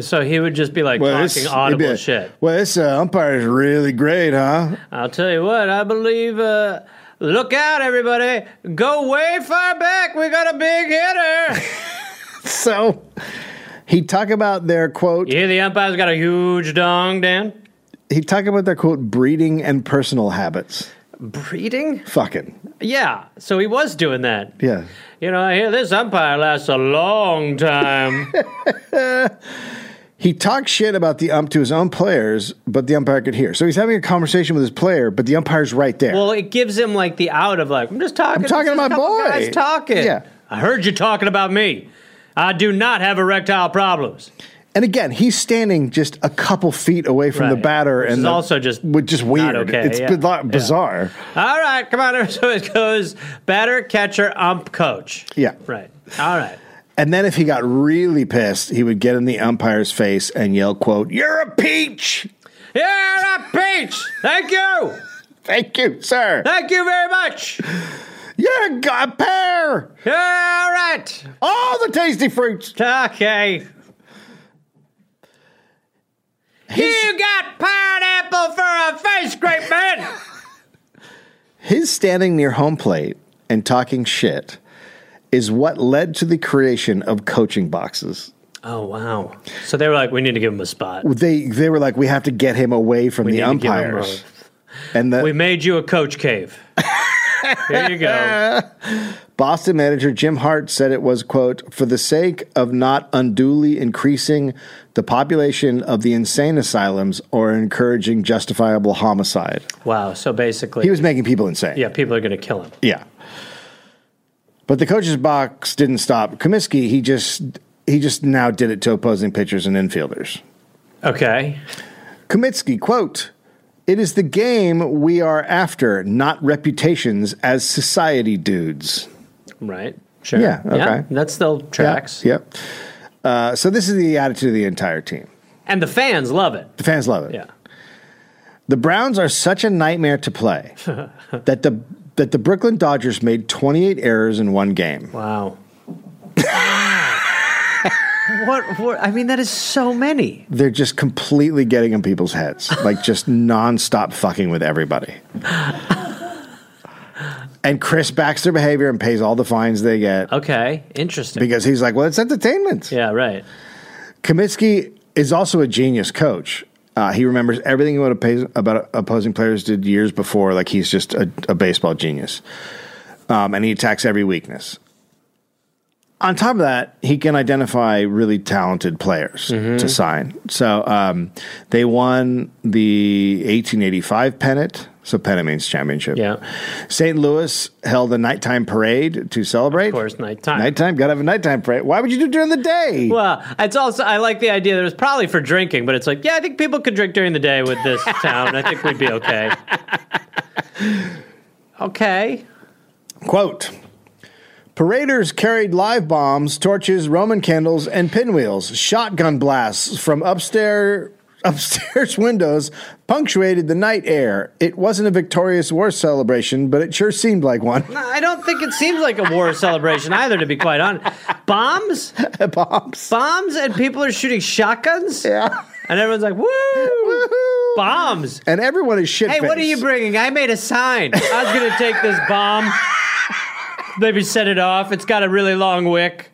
I: so he would just be like talking
A: it'd be
I: audible
A: like,
I: shit.
A: Well, this uh, umpire is really great, huh?
I: I'll tell you what, I believe. Uh, look out, everybody. Go way far back. We got a big hitter.
A: So he'd talk about their quote.
I: you hear the umpire's got a huge dong, Dan?
A: He'd talk about their quote breeding and personal habits.
I: Breeding?
A: Fucking
I: Yeah. So he was doing that.
A: yeah.
I: You know, I hear this umpire lasts a long time.
A: He talked shit about the ump to his own players, but the umpire could hear. So he's having a conversation with his player, but the umpire's right there.
I: Well, it gives him like the out of like, I'm just talking.
A: I'm talking
I: Just
A: to my
I: a couple
A: boy.
I: Guys talking.
A: Yeah.
I: I heard you talking about me. I do not have erectile problems.
A: And again, he's standing just a couple feet away from the
I: Right.
A: batter,
I: Which
A: and
I: is
A: the-
I: also just
A: which just
I: not
A: weird.
I: okay,
A: It's
I: yeah.
A: bizar-
I: Yeah.
A: bizarre.
I: All right, come on. So it goes batter, catcher, ump, coach.
A: Yeah.
I: Right. All right.
A: And then if he got really pissed, he would get in the umpire's face and yell, "Quote, you're a peach."
I: You're a peach. Thank you.
A: Thank you, sir.
I: Thank you very much.
A: You're a, g- a pear.
I: All right.
A: All the tasty fruits.
I: Okay. You got pineapple for a face, great man.
A: His standing near home plate and talking shit is what led to the creation of coaching boxes.
I: Oh wow! So they were like, we need to give him a spot.
A: They they were like, we have to get him away from
I: need
A: the
I: to give him
A: umpires. And the
I: We made you a coach cave. Here you go.
A: Boston manager Jim Hart said it was, quote, for the sake of not unduly increasing the population of the insane asylums or encouraging justifiable homicide.
I: Wow. So basically,
A: He was making people insane.
I: yeah, people are going to kill him.
A: Yeah. But the coach's box didn't stop Comiskey. He just he just now did it to opposing pitchers and infielders.
I: Okay.
A: Comiskey, quote, it is the game we are after, not reputations as society dudes.
I: Right. Sure.
A: Yeah, okay.
I: That still tracks.
A: Yeah, Yep. Uh, so this is the attitude of the entire team.
I: And the fans love it.
A: The fans love it.
I: Yeah.
A: The Browns are such a nightmare to play that the that the Brooklyn Dodgers made 28 errors in one game.
I: Wow. what, what? I mean, that is so many.
A: They're just completely getting in people's heads, like just nonstop fucking with everybody. and Chris backs their behavior and pays all the fines they get
I: Okay. Interesting.
A: because he's like, well, it's entertainment.
I: yeah. Right.
A: Kaminsky is also a genius coach. Uh, he remembers everything about, oppo- about opposing players did years before. Like he's just a, a baseball genius, um, and he attacks every weakness. On top of that, he can identify really talented players
I: Mm-hmm.
A: to sign. So um, they won the 1885 pennant. So pennant means championship.
I: Yeah.
A: St. Louis held a nighttime parade to celebrate.
I: Of course, nighttime.
A: Nighttime, gotta have a nighttime parade. Why would you do it during the day?
I: Well, it's also I like the idea that it was probably for drinking, but it's like, yeah, I think people could drink during the day with this town. I think we'd be okay. Okay.
A: Quote Paraders carried live bombs, torches, Roman candles, and pinwheels. Shotgun blasts from upstairs. Upstairs windows punctuated the night air. It wasn't a victorious war celebration, but it sure seemed like one.
I: I don't think it seems like a war celebration either, to be quite honest. Bombs?
A: Bombs.
I: Bombs and people are shooting shotguns?
A: Yeah.
I: And everyone's like, woo!
A: Woohoo.
I: Bombs!
A: And everyone is shit.
I: Hey, what are you bringing? I made a sign. I was going to take this bomb, maybe set it off. It's got a really long wick.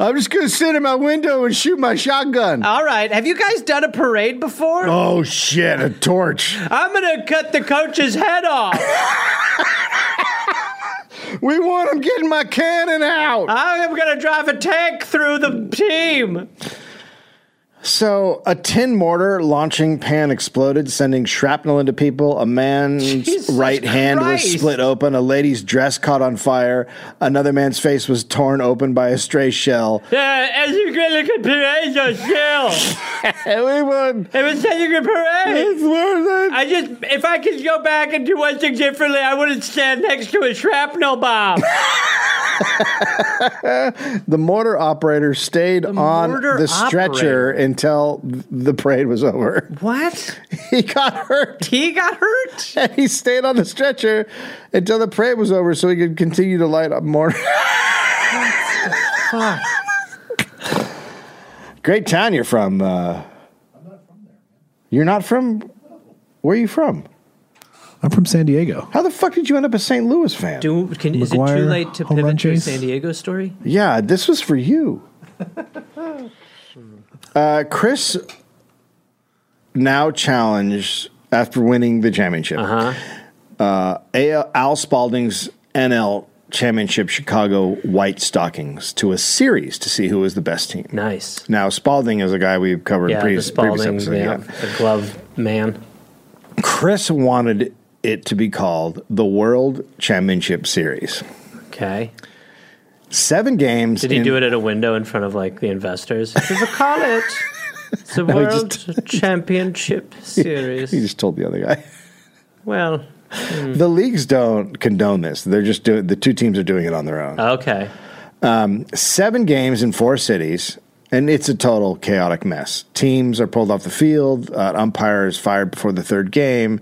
A: I'm just gonna sit in my window and shoot my shotgun.
I: All right. Have you guys done a parade before?
A: oh shit! A torch.
I: I'm gonna cut the coach's head off.
A: we want him getting my cannon out.
I: I'm gonna drive a tank through the team.
A: So a tin mortar launching pan exploded, sending shrapnel into people. A man's
I: Jesus
A: right hand was
I: Christ.
A: split open. A lady's dress caught on fire. Another man's face was torn open by a stray shell.
I: Yeah, it's a great looking parade, your shell.
A: Everyone,
I: It was such a good parade.
A: it's worth it.
I: I just, if I could go back and do one thing differently, I wouldn't stand next to a shrapnel bomb.
A: the mortar operator stayed on
I: mortar
A: the stretcher until th- the parade was over.
I: what?
A: He got hurt.
I: He got hurt?
A: And he stayed on the stretcher until the parade was over, so he could continue to light up mortar.
I: Fuck.
A: Great town you're from. Uh, I'm not from there. You're not from. Where are you from?
J: I'm from San Diego.
A: How the fuck did you end up a St. Louis fan?
I: Do, can, is it too
J: McGuire,
I: late to
J: home run
I: pivot to a
J: chase?
I: San Diego story?
A: yeah, this was for you. uh, Chris now challenged after winning the championship. Uh-huh. A- Al Spalding's NL Championship Chicago White Stockings to a series to see who was the best team.
I: Nice.
A: Now, Spalding is a guy we've covered in
I: Yeah,
A: previous,
I: the Spalding,
A: previous episode.
I: yeah, the glove man.
A: Chris wanted it to be called the World Championship Series.
I: Okay.
A: Seven games.
I: Did he
A: in-
I: do it at a window in front of like the investors? This is a college. It's a
A: he
I: world championship
A: He
I: series.
A: just told the other guy.
I: Well,
A: The leagues don't condone this. They're just doing. The two teams are doing it on their own.
I: okay.
A: Seven games in four cities, and it's a total chaotic mess. Teams are pulled off the field. Uh, umpire is fired before the third game.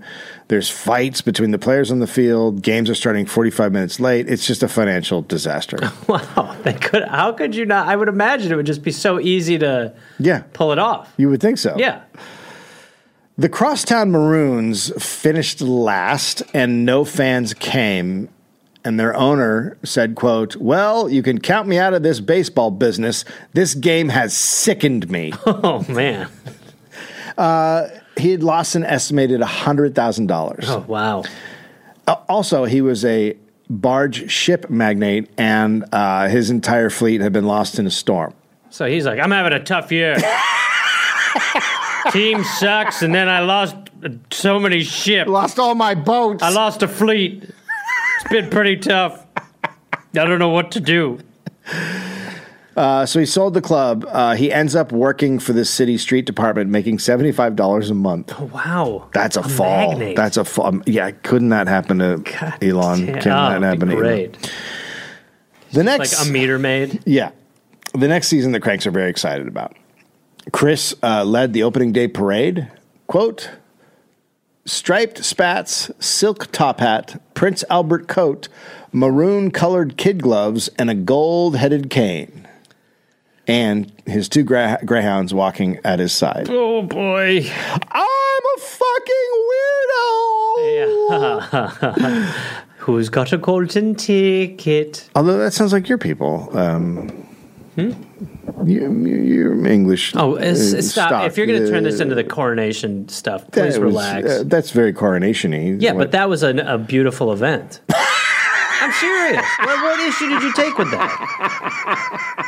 A: There's fights between the players on the field. Games are starting 45 minutes late. It's just a financial disaster.
I: Wow, they could. How could you not? I would imagine it would just be so easy to
A: yeah,
I: pull it off.
A: you would think so.
I: Yeah,
A: The Crosstown Maroons finished last and no fans came and their owner said quote well you can count me out of this baseball business this game has sickened me
I: Oh man.
A: he had lost an estimated $100000
I: Oh wow.
A: Uh, also, he was a barge ship magnate, and uh, his entire fleet had been lost in a storm.
I: So he's like, I'm having a tough year. Team sucks, and then I lost so many ships.
A: Lost all my boats.
I: I lost a fleet. It's been pretty tough. I don't know what to do.
A: Uh, so he sold the club. Uh, he ends up working for the city street department, making seventy five dollars a month.
I: Oh, Wow.
A: That's a, fall.
I: magnate.
A: That's a fall. Um, yeah, couldn't that happen to
I: God
A: Elon?
I: damn.
A: Couldn't that
I: Oh,
A: happen to Elon?
I: Great.
A: The next,
I: Like a meter maid.
A: yeah, the next season the Cranks are very excited about. Chris uh, led the opening day parade. Quote, striped spats, silk top hat, Prince Albert coat, maroon colored kid gloves, and a gold headed cane. And his two gra- greyhounds walking at his side.
I: Oh boy.
A: I'm a fucking weirdo.
I: Who's got a golden ticket?
A: Although that sounds like your people. Um, you, you, your English.
I: Hmm? Oh, it's,
A: uh,
I: it's stop.
A: stock,
I: If you're going to turn this
A: uh,
I: into the coronation stuff,
A: that
I: please
A: was-
I: relax.
A: uh, that's very coronationy.
I: yeah, but that was an, a beautiful event. I'm serious. What, what issue did you take with that?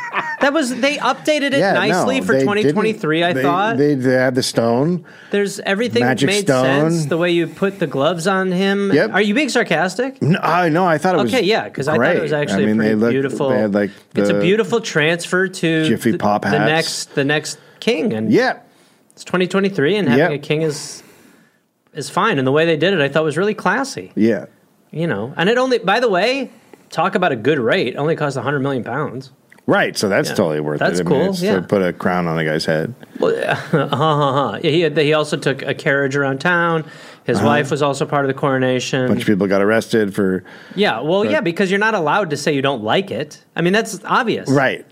I: That was they updated it
A: Yeah, no,
I: nicely for
A: they didn't-
I: 2023. I
A: they-
I: thought
A: they, they had the stone.
I: there's everything
A: Magic
I: made
A: Stone.
I: sense. The way you put the gloves on him.
A: Yep.
I: Are you being sarcastic?
A: No, I no, I thought it was
I: Okay, yeah, because I thought it was
A: great.
I: actually
A: I mean,
I: a
A: they
I: pretty
A: looked-
I: beautiful.
A: They had like
I: it's a
A: the-
I: beautiful transfer to
A: Jiffy
I: th-
A: Pop
I: The
A: hats.
I: next, the next king, and
A: Yeah,
I: it's 2023, and having
A: Yep.
I: a king is is fine. And the way they did it, I thought was really classy.
A: yeah.
I: You know, and it only, by the way, talk about a good rate. Only cost 100 million pounds.
A: Right, so that's
I: Yeah.
A: totally worth
I: That's
A: it. I mean,
I: cool,
A: it's
I: yeah.
A: To put a crown on the guy's head.
I: Well, yeah, ha, ha, ha. He had, he also took a carriage around town. His wife was also part of the coronation.
A: A Uh-huh. bunch of people got arrested for
I: yeah, well, yeah, because you're not allowed to say you don't like it. I mean, that's obvious,
A: right.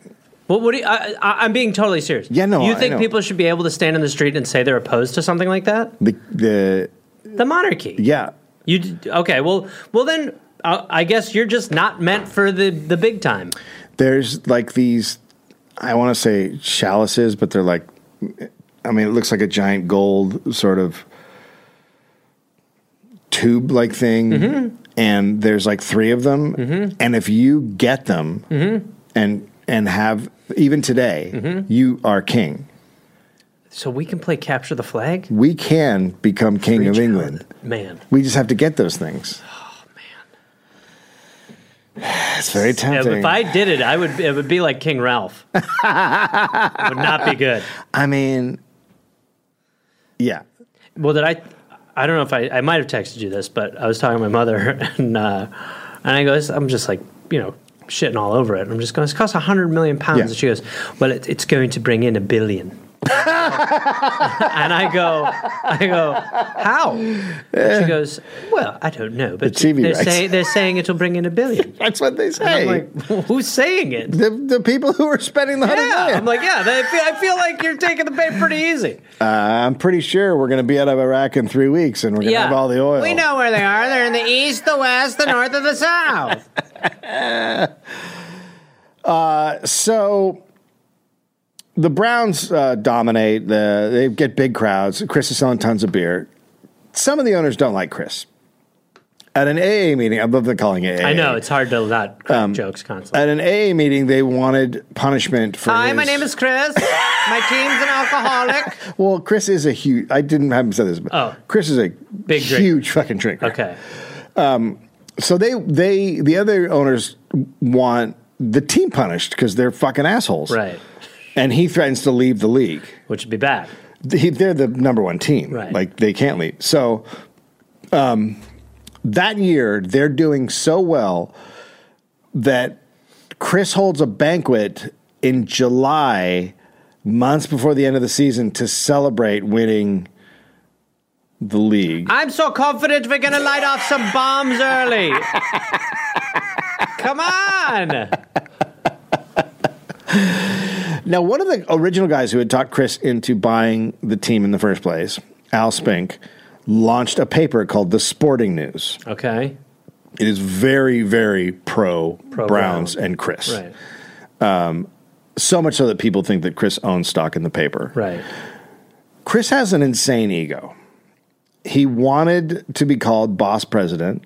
I: Well, what do you, I, I, I'm being totally serious.
A: Yeah, no,
I: You
A: I
I: think
A: know.
I: people should be able to stand in the street and say they're opposed to something like that?
A: The the
I: The monarchy.
A: yeah.
I: You d- okay? Well, well then, uh, I guess you're just not meant for the the big time.
A: There's like these. I want to say chalices, but they're like. I mean, it looks like a giant gold sort of tube like thing, and there's like three of them, and if you get them, and and have even today, you are king.
I: So we can play capture the flag.
A: We can become king of
I: Reach
A: England.
I: out. man.
A: We just have to get those things. Oh man, it's very
I: If,
A: tempting.
I: if I did it, I would. It would be like King Ralph. it would not be good.
A: I mean, yeah.
I: Well, did I? I don't know if I. I might have texted you this, but I was talking to my mother, and uh, and I go, "This- I'm just like, you know, shitting all over it. I'm just going. This costs hundred million pounds,
A: Yeah.
I: and she goes, "Well, it, it's going to bring in a billion. and I go, I go, how? And she goes, well, I don't know, but
A: Eh. The TV
I: they're
A: rights.
I: saying they're saying it'll bring in a billion.
A: That's what they say.
I: I'm like, who's saying it?
A: the, the people who are spending the hundred
I: Yeah,
A: million.
I: I'm like, yeah. They feel, I feel like you're taking the bait pretty easy.
A: I'm pretty sure we're going to be out of Iraq in three weeks, and we're going to have all the oil.
I: We know where they are. They're in the east, the west, the north, and the south.
A: So the Browns uh, dominate. The, they get big crowds. Chris is selling tons of beer. Some of the owners don't like Chris. At an AA meeting, I love them calling it. AA.
I: I know it's hard to not crack
A: Um,
I: jokes constantly.
A: At an AA meeting, they wanted punishment for.
I: Hi,
A: his-
I: my name is Chris. my team's an alcoholic.
A: Well, Chris is a huge. I didn't have him say this, but
I: Oh.
A: Chris is a
I: Big drinker.
A: huge fucking drinker.
I: Okay,
A: So they they the other owners want the team punished because they're fucking assholes,
I: right,
A: And he threatens to leave the league.
I: which would be bad.
A: He, they're the number one team,
I: Right.
A: Like they can't leave. So, um, that year they're doing so well that Chris holds a banquet in July, months before the end of the season, to celebrate winning the league.
I: I'm so confident we're gonna light off some bombs early. Come on.
A: Now, one of the original guys who had talked Chris into buying the team in the first place Al Spink, launched a paper called The Sporting News.
I: Okay.
A: It is very, very pro,
I: Pro
A: Browns
I: Brown.
A: and Chris.
I: Right.
A: So much so that people think that Chris owns stock in the paper.
I: Right.
A: Chris has an insane ego. He wanted to be called boss president.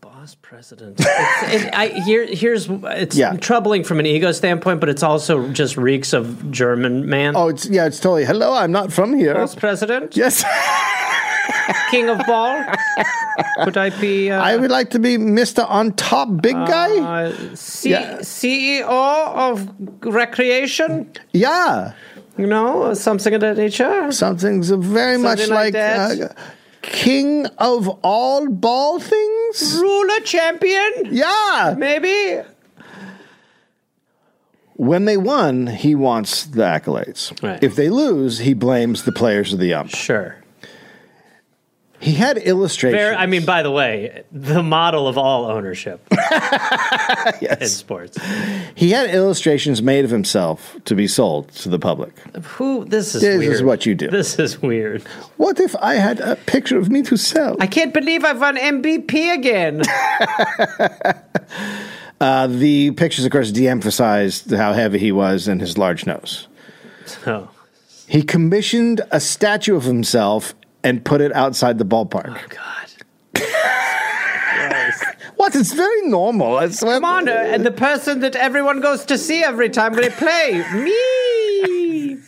I: Boss president. It's, it, I, here, here's it's
A: Yeah.
I: troubling from an ego standpoint, but it's also just reeks of German man.
A: Oh, it's yeah, it's totally. Hello, I'm not from here.
I: Boss president,
A: Yes,
I: king of ball. Could I be? Uh,
A: I would like to be Mister On Top, big guy.
I: uh, C-
A: Yeah.
I: CEO of recreation,
A: Yeah,
I: you know, or something of that nature.
A: something's very much like,
I: like that.
A: uh, king of all ball things.
I: Ruler champion,
A: Yeah.
I: maybe.
A: When they won, he wants the accolades.
I: Right.
A: If they lose, he blames the players of the ump.
I: Sure.
A: He had illustrations.
I: Fair, I mean, by the way, the model of all ownership in sports.
A: He had illustrations made of himself to be sold to the public.
I: Who? This is
A: This
I: weird.
A: is what you do.
I: This is weird.
A: What if I had a picture of me to sell?
I: I can't believe I won MVP again.
A: Uh, the pictures, of course, de-emphasized how heavy he was and his large nose.
I: oh,
A: He commissioned a statue of himself and put it outside the ballpark.
I: God.
A: What? It's very normal. I swear.
I: Come on, uh, and the person that everyone goes to see every time they play, me.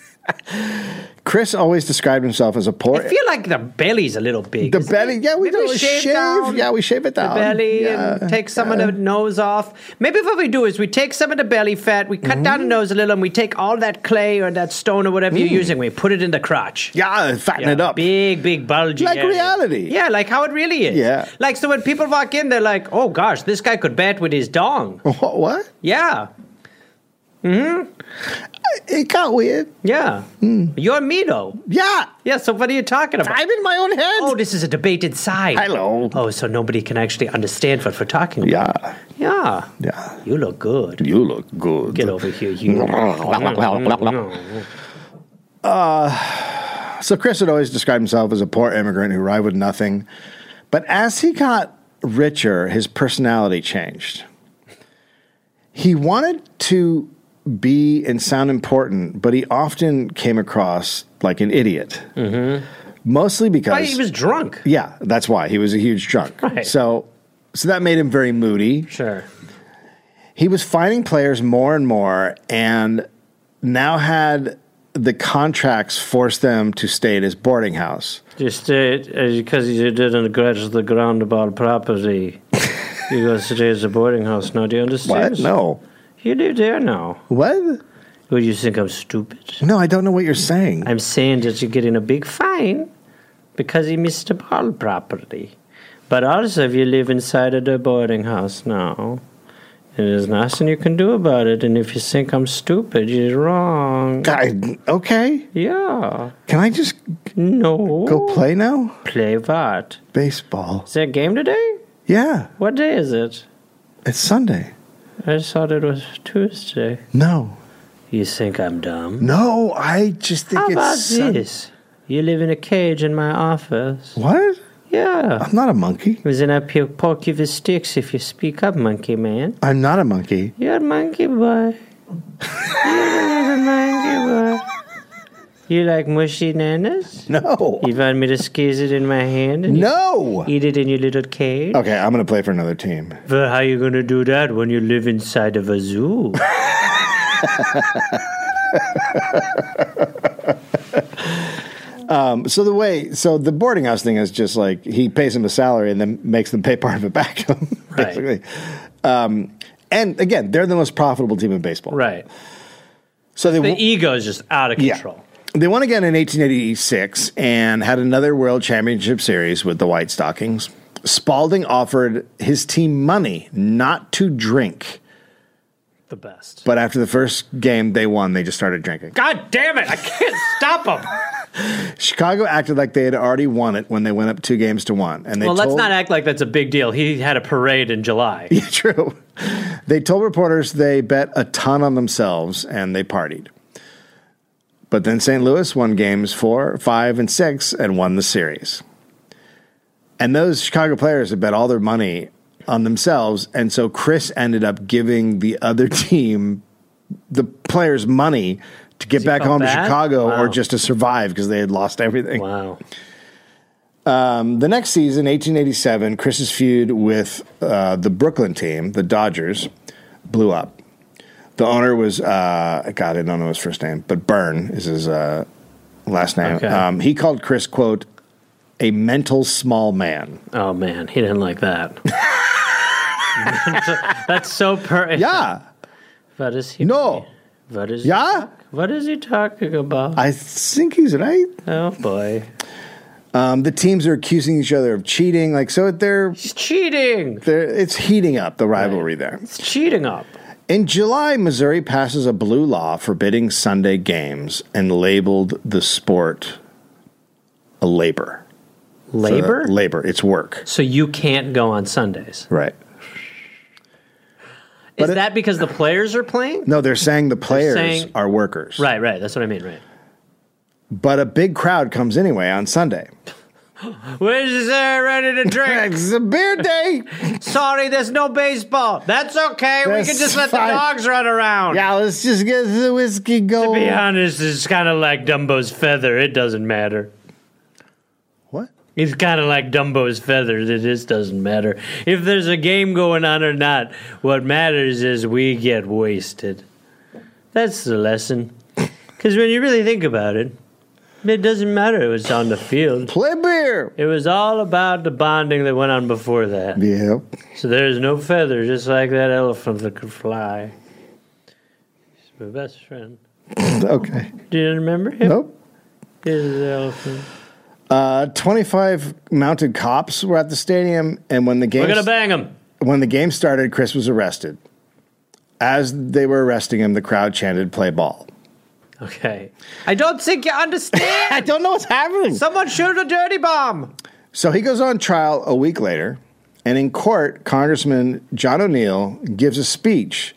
A: Chris always described himself as a poor.
I: I feel like the belly's a little big.
A: The
I: isn't
A: belly,
I: it?
A: yeah, we
I: Maybe
A: don't shave.
I: down
A: yeah, we shave it
I: the
A: down.
I: belly
A: yeah.
I: and take some of the nose off. Maybe what we do is we take some of the belly fat, we cut down the
A: Mm-hmm.
I: nose a little, and we take all that clay or that stone or whatever you're using, we put it in the crotch.
A: yeah, fatten Mm. it up.
I: Big, big bulgy.
A: Like
I: area.
A: reality.
I: Yeah, like how it really is.
A: Yeah.
I: Like, so when people walk in, they're like, oh gosh, this guy could bat with his dong.
A: What? what?
I: Yeah.
A: It got weird.
I: Yeah.
A: Mm.
I: You're me, though.
A: Yeah,
I: Yeah, so what are you talking about?
A: I'm in my own head.
I: oh, this is a debate inside.
A: Hello.
I: Oh, so nobody can actually understand what we're talking about.
A: Yeah,
I: Yeah.
A: yeah.
I: You look good.
A: You look good.
I: Get over here, you.
A: So Chris had always described himself as a poor immigrant who arrived with nothing. But as he got richer, his personality changed. He wanted to be and sound important, but he often came across like an idiot. Mostly because
I: Mm-hmm. Why, he was drunk.
A: yeah, that's why he was a huge drunk.
I: Right.
A: So, so that made him very moody.
I: Sure.
A: he was finding players more and more and now had the contracts force them to stay at his boarding house.
I: Just because you didn't grudge the ground about property. you go stay at the boarding house now. Do you understand?
A: What? No.
I: You live there now.
A: What?
I: Who you think I'm stupid?
A: No, I don't know what you're saying.
I: I'm saying that you're getting a big fine because you missed the ball properly. But also, if you live inside of the boarding house now, and there's nothing you can do about it. And if you think I'm stupid, you're wrong.
A: I, okay.
I: Yeah.
A: Can I just
I: No.
A: go play now?
I: Play what?
A: Baseball.
I: Is there a game today?
A: Yeah,
I: What day is it?
A: it's Sunday.
I: I thought it was Tuesday.
A: No.
I: You think I'm dumb?
A: No, I just think
I: How about
A: it's Sun-
I: this? You live in a cage in my office.
A: What?
I: Yeah.
A: I'm not a monkey.
I: Then I peel pork you with sticks if you speak up, monkey man.
A: I'm not a monkey.
I: You're a monkey boy. You're a monkey boy. You like mushy nanas?
A: No.
I: You want me to squeeze it in my hand and
A: No.
I: eat it in your little cage?
A: Okay, I'm going to play for another team.
I: Well, Uh, how you gonna do that when you live inside of a zoo?
A: So the way, so the boarding house thing is just like he pays them a salary and then makes them pay part of it back to him,
I: Right.
A: basically. Um, and again, they're the most profitable team in baseball.
I: right.
A: So they
I: The
A: w-
I: ego is just out of
A: Yeah.
I: control.
A: they won again in 1886 and had another World Championship Series with the White Stockings. Spalding offered his team money not to drink,
I: The best.
A: but after the first game they won, they just started drinking.
I: God damn it! I can't stop them.
A: Chicago acted like they had already won it when they went up two games to one, and they
I: Well, let's
A: told-
I: not act like that's a big deal. He had a parade in July.
A: Yeah, true. They told reporters they bet a ton on themselves and they partied. But then St. Louis won games four, five, and six and won the series. And those Chicago players had bet all their money on themselves. And so Chris ended up giving the other team the players money to get
I: he
A: back
I: felt
A: home to
I: bad?
A: Chicago or
I: Wow.
A: just to survive because they had lost everything.
I: Wow.
A: The next season, 1887, Chris's feud with uh, the Brooklyn team, the Dodgers, blew up. The owner was, uh, God, I don't know his first name, but Byrne is his uh, last name.
I: Okay.
A: Um, he called Chris, quote, a mental small man.
I: Oh man, he didn't like that. That's so per.
A: Yeah.
I: What is he?
A: No.
I: What is?
A: Yeah.
I: What is he talking about?
A: I think he's right.
I: oh boy,
A: Um, the teams are accusing each other of cheating. Like, so they're,
I: he's cheating.
A: they're, it's heating up the rivalry there.
I: It's cheating up.
A: In July, Missouri passes a blue law forbidding Sunday games and labeled the sport a labor. So uh, that-
I: Labor. So,
A: labor. It's work.
I: you can't go on Sundays.
A: Right.
I: Is
A: it-
I: that because the players are playing?
A: No, they're saying the players
I: saying-
A: are workers.
I: Right, right. That's what I mean. Right.
A: But a big crowd comes anyway on Sunday.
I: Where's uh, ready to drink?
A: It's a beer day.
I: Sorry, there's no baseball. That's okay.
A: That's
I: we can just let
A: fine.
I: the dogs run around.
A: yeah, let's just get the whiskey
I: To be
A: going.
I: honest, it's kind of like Dumbo's feather. It doesn't matter.
A: What?
I: It's kind of like Dumbo's feather. It just doesn't matter if there's a game going on or not. What matters is we get wasted. That's the lesson. Because when you really think about it, it doesn't matter. It was on the field.
A: Play beer.
I: It was all about the bonding that went on before that.
A: Yeah.
I: So there's no feather, just like that elephant that could fly. He's my best friend.
A: Okay.
I: Do you remember him?
A: Nope.
I: He's the elephant.
A: Uh, 25 mounted cops were at the stadium, and when the game
I: We're gonna bang him.
A: when the game started, Chris was arrested. As they were arresting him, the crowd chanted "Play ball."
I: Okay. I don't think you understand.
A: I don't know what's happening.
I: Someone shoot a dirty bomb.
A: So he goes on trial a week later, and in court, Congressman John O'Neill gives a speech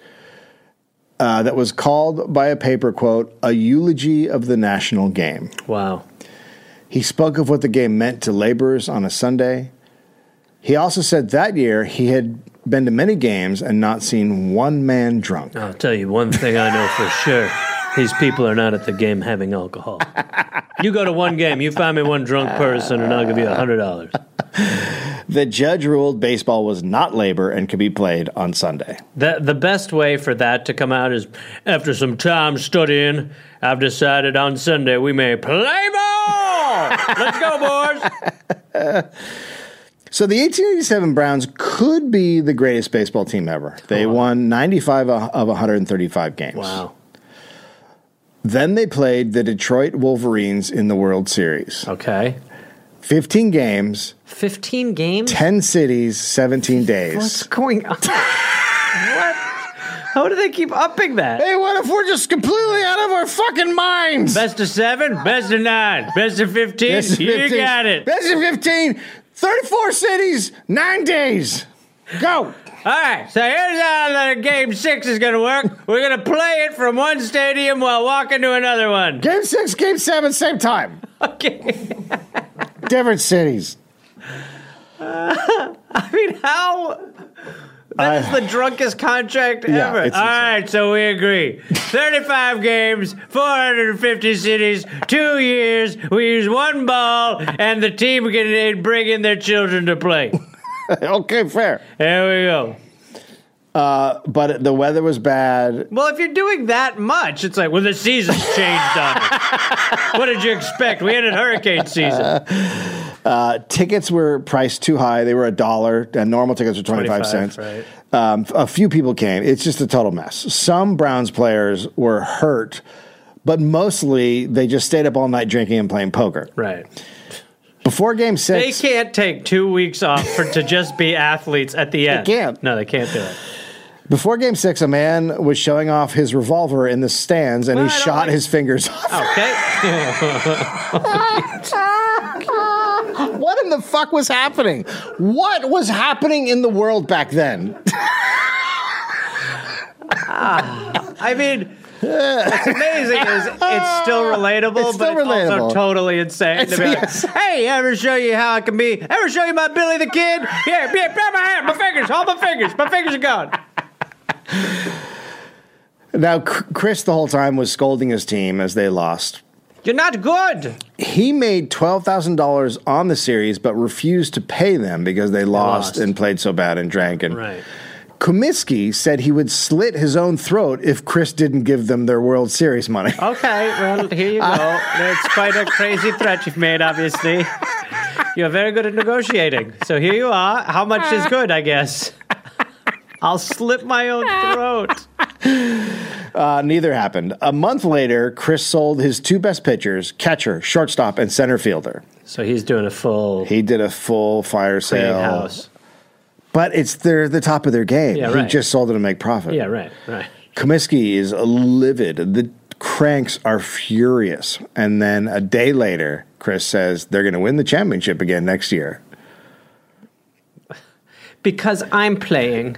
A: uh, that was called by a paper quote a eulogy of the national game.
I: Wow.
A: He spoke of what the game meant to laborers on a Sunday. He also said that year he had been to many games and not seen one man drunk.
I: I'll tell you one thing I know for sure. These people are not at the game having alcohol. You go to one game, you find me one drunk person, and I'll give you a hundred dollars.
A: The judge ruled baseball was not labor and could be played on Sunday.
I: The the best way for that to come out is after some time studying, I've decided on Sunday we may play ball. Let's go, boys.
A: So the 1887 Browns could be the greatest baseball team ever. They won 95 o- of 135 games.
I: Wow.
A: Then they played the Detroit Wolverines in the World Series.
I: Okay.
A: 15 games,
I: Fifteen games.
A: 10 cities, 17
I: What's
A: days.
I: going on? what? How do they keep upping that?
A: Hey, what if we're just completely out of our fucking minds?
I: Best of seven, best of nine, best of 15.
A: Best of
I: you
A: 15.
I: got it.
A: Best of 15, 34 cities, 9 days. Go.
I: All right, so here's how the game six is going to work. We're going to play it from one stadium while walking to another one.
A: Game 6, game 7, same time.
I: Okay.
A: Different cities.
I: I mean, how. That's the drunkest contract
A: Uh, Yeah,
I: ever. All
A: it's insane.
I: right, so we agree. 35 games, 450 cities, two years. We use one ball, and the team can bring in their children to play.
A: okay, fair.
I: There we go.
A: But the weather was bad.
I: Well, if you're doing that much, it's like, well, the season's changed on it. what did you expect? We ended hurricane
A: Uh,
I: season.
A: tickets were priced too high. They were a dollar, and normal tickets were 25,
I: 25,
A: cents.
I: right.
A: Um, a few people came. It's just a total mess. Some Browns players were hurt, but mostly they just stayed up all night drinking and playing poker.
I: Right.
A: Before game
I: They
A: six,
I: can't take two weeks off for, to just be athletes at the end.
A: can't.
I: No, they can't do it.
A: before game six, a man was showing off his revolver in the stands, and
I: Well,
A: he
I: I don't
A: shot
I: like-
A: his fingers off.
I: Okay.
A: What in the fuck was happening? What was happening in the world back then?
I: I mean, What's amazing is it's still relatable,
A: It's still
I: but it's
A: relatable.
I: also totally insane. to be like,
A: Yes.
I: Hey, ever show you how I can be? Ever show you my Billy the Kid? Here, yeah, grab my hand, my fingers, hold my fingers, my fingers are gone.
A: Now, C- Chris the whole time was scolding his team as they lost.
I: You're not good.
A: He made twelve thousand dollars on the series, but refused to pay them because they lost,
I: lost.
A: and played so bad and drank. And Comiskey said he would slit his own throat if Chris didn't give them their World Series money.
I: Okay, well, here you go. It's quite a crazy threat you've made, obviously. You're very good at negotiating. So here you are. How much is good, I guess? I'll slip my own throat.
A: Uh, neither happened. A month later, Chris sold his two best pitchers: catcher, shortstop, and center fielder.
I: So he's doing a full
A: He did a full fire sale,
I: house.
A: but it's they're the top of their game.
I: Yeah,
A: he
I: right.
A: just sold it to make profit.
I: Yeah, right, right.
A: Comiskey is livid. The cranks are furious. And then a day later, Chris says they're going to win the championship again next year.
I: Because I'm playing.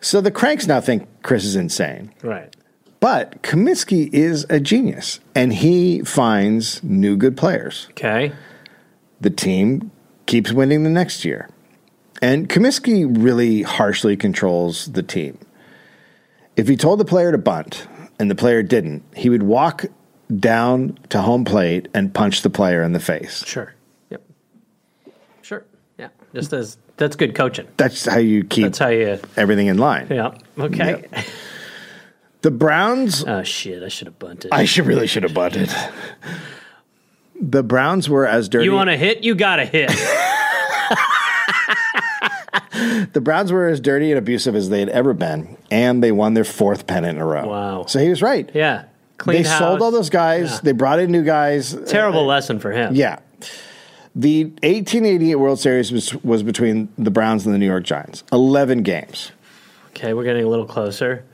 A: So the cranks now think Chris is insane.
I: right.
A: But Comiskey is a genius and he finds new good players.
I: Okay.
A: The team keeps winning the next year. And Comiskey really harshly controls the team. If he told the player to bunt and the player didn't, he would walk down to home plate and punch the player in the face.
I: Sure. Yep. Sure. Yeah. Just as that's good coaching.
A: That's how you keep
I: That's how you.
A: everything in line.
I: Yeah. Okay.
A: The Browns.
I: Oh shit! I should have bunted.
A: I should really should have bunted. The Browns were as dirty.
I: you want to hit? You got to hit.
A: the Browns were as dirty and abusive as they had ever been, and they won their fourth pennant in a row.
I: Wow.
A: So he was right.
I: yeah. Clean
A: They
I: house.
A: sold all those guys. They brought in new guys.
I: Terrible lesson for him.
A: Yeah. The 1888 World Series was, was between the Browns and the New York Giants. 11 games.
I: Okay, we're getting a little closer.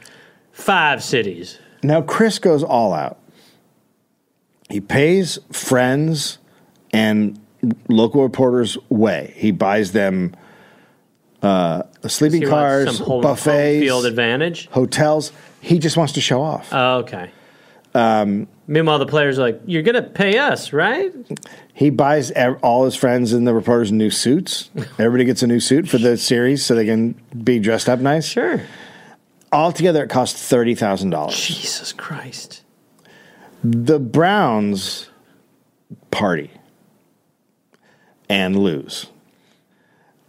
I: Five cities.
A: Now Chris goes all out. He pays friends and local reporters way. He buys them uh, sleeping
I: He wants
A: cars,
I: some home, home
A: buffets,
I: field advantage.
A: hotels. He just wants to show off.
I: Oh, okay. Um,
A: Um,
I: Meanwhile, the players are like, "You're gonna pay us, right?"
A: he buys ev- all his friends and the reporters new suits. Everybody gets a new suit for the series so they can be dressed up nice.
I: Sure.
A: Altogether, it cost thirty thousand dollars.
I: Jesus Christ.
A: The Browns party and lose.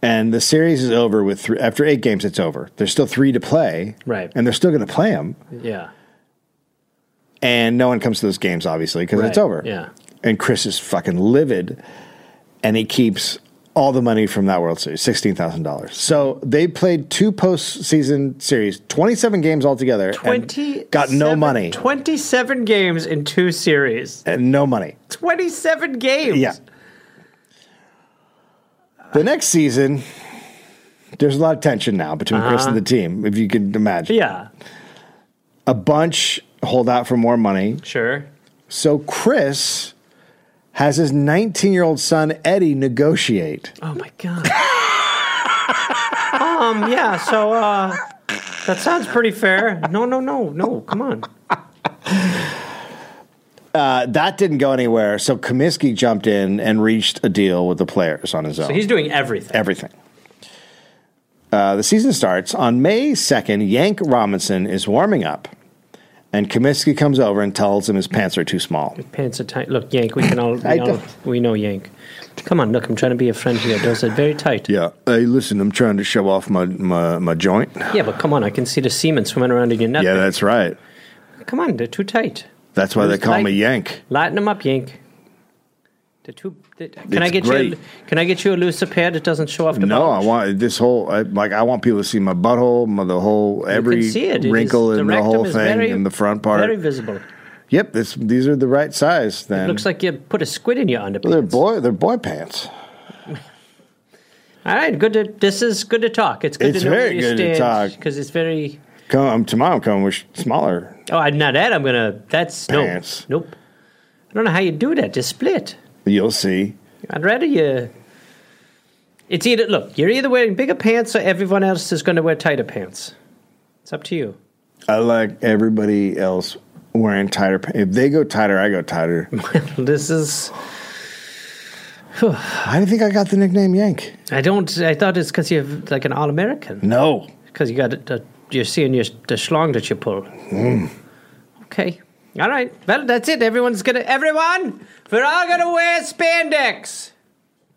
A: And the series is over with three, after eight games. It's over. There's still three to play,
I: Right.
A: And they're still going to play them.
I: Yeah.
A: And no one comes to those games, obviously, because it's
I: Right,
A: over.
I: yeah.
A: And Chris is fucking livid, and he keeps all the money from that World Series, sixteen thousand dollars. So they played two postseason series, twenty-seven games altogether, and
I: 20
A: got no money,
I: 27 games in two series.
A: and no money.
I: 27 games.
A: Yeah. The next season, there's a lot of tension now between Chris and the team, if you can imagine.
I: Uh-huh. Yeah.
A: A bunch hold out for more money.
I: Sure.
A: So Chris has his 19 year old son, Eddie, negotiate.
I: Oh my god. um yeah, so uh that sounds pretty fair. No, no, no. No, come on.
A: Uh, that didn't go anywhere. So Comiskey jumped in and reached a deal with the players on his own.
I: So he's doing everything.
A: everything. Uh, the season starts on May 2nd. Yank Robinson is warming up, and Comiskey comes over and tells him his pants are too small.
I: Pants are tight. Look, Yank, we can all
A: I
I: we, all,
A: don't-
I: we know Yank. Come on, look, I'm trying to be a friend here. Those are very tight.
A: Yeah. Hey, listen, I'm trying to show off my, my, my joint.
I: Yeah, but come on, I can see the semen swimming around in your nut.
A: Yeah, that's right.
I: Come on, they're too tight.
A: That's why they
I: Just
A: call
I: like-
A: me Yank.
I: Lighten them up, Yank. The two. The, can I
A: It's
I: get you?
A: great.
I: A, can I get you a looser pair that doesn't show off the
A: No, I
I: bulge?
A: want this whole I, like I want people to see my butthole, my the whole
I: You
A: every
I: can see it. It
A: wrinkle
I: is-
A: in the
I: rectum
A: whole
I: is
A: thing
I: very-
A: in the front part.
I: Very visible.
A: Yep, this, these are the right size. Then
I: Looks like you put a squid in your underpants.
A: they're boy they're boy pants.
I: All right, good. To, this is good to talk. It's good
A: It's
I: to know where
A: very
I: you
A: good to
I: stand
A: talk.
I: because it's very.
A: Come um, tomorrow, I'm coming with smaller.
I: Oh, I'm not that. I'm gonna. That's
A: Pants.
I: no. Nope. I don't know how you do that. Just split.
A: You'll see.
I: I'd rather you. It's either look. You're either wearing bigger pants or everyone else is going to wear tighter pants. It's up to you.
A: I like everybody else wearing tighter pants. If they go tighter, I go tighter.
I: This is.
A: How do you think I got the nickname Yank?
I: I don't. I thought it's because you have like an all American.
A: No.
I: Because you got a, a- you're seeing your the schlong that you pull. Okay. All right. Well, that's it. Everyone's gonna. Everyone, we're all gonna wear spandex.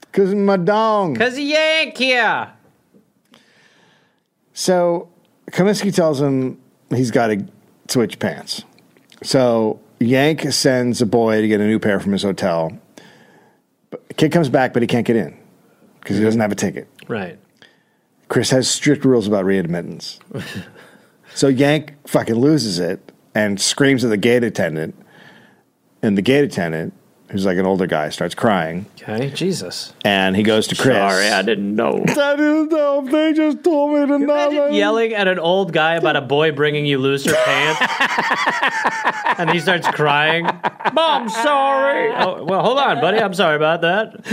A: Because my dong.
I: Cause of Yank here.
A: So Kaminsky tells him he's got to switch pants. So Yank sends a boy to get a new pair from his hotel. But kid comes back, but he can't get in because he doesn't have a ticket.
I: Right.
A: Chris has strict rules about readmittance. so Yank fucking loses it and screams at the gate attendant. And the gate attendant, who's like an older guy, starts crying.
I: Okay. Jesus.
A: And he goes to Chris.
C: Sorry, I didn't know.
A: I didn't know if they just told me to not.
I: Imagine yelling at an old guy about a boy bringing you looser pants, and he starts crying. Mom, sorry. Oh, well, hold on, buddy. I'm sorry about that.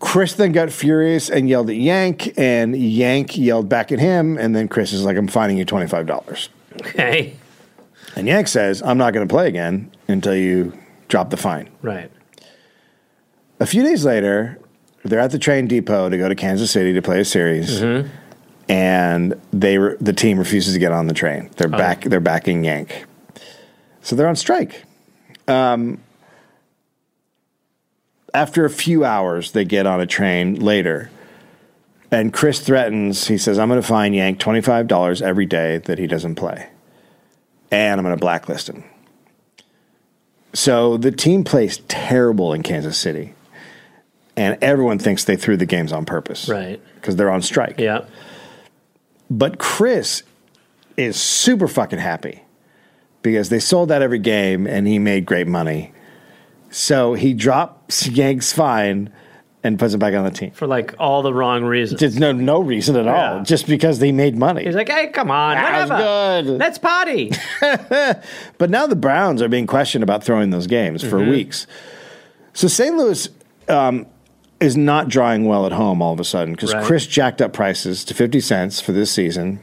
A: Chris then got furious and yelled at Yank, and Yank yelled back at him. And then Chris is like, I'm fining you $25.
I: Okay.
A: And Yank says, I'm not going to play again until you drop the fine.
I: Right.
A: A few days later, they're at the train depot to go to Kansas City to play a series, and they re- the team refuses to get on the train. They're
I: Oh.
A: back. They're backing Yank, so they're on strike. Um, after a few hours, they get on a train later, and Chris threatens. He says, "I'm going to fine Yank twenty five dollars every day that he doesn't play, and I'm going to blacklist him." So the team plays terrible in Kansas City, and everyone thinks they threw the games on purpose,
I: Right.
A: Because they're on strike.
I: Yeah.
A: But Chris is super fucking happy because they sold out every game and he made great money. So he drops Yank's fine and puts it back on the team.
I: For like all the wrong reasons.
A: There's no no reason at
I: Yeah.
A: all, just because they made money.
I: He's like, hey, come on,
A: That was
I: whatever.
A: good.
I: Let's party.
A: But now the Browns are being questioned about throwing those games
I: Mm-hmm.
A: for weeks. So St. Louis um, is not drawing well at home all of a sudden because
I: Right.
A: Chris jacked up prices to 50 cents for this season.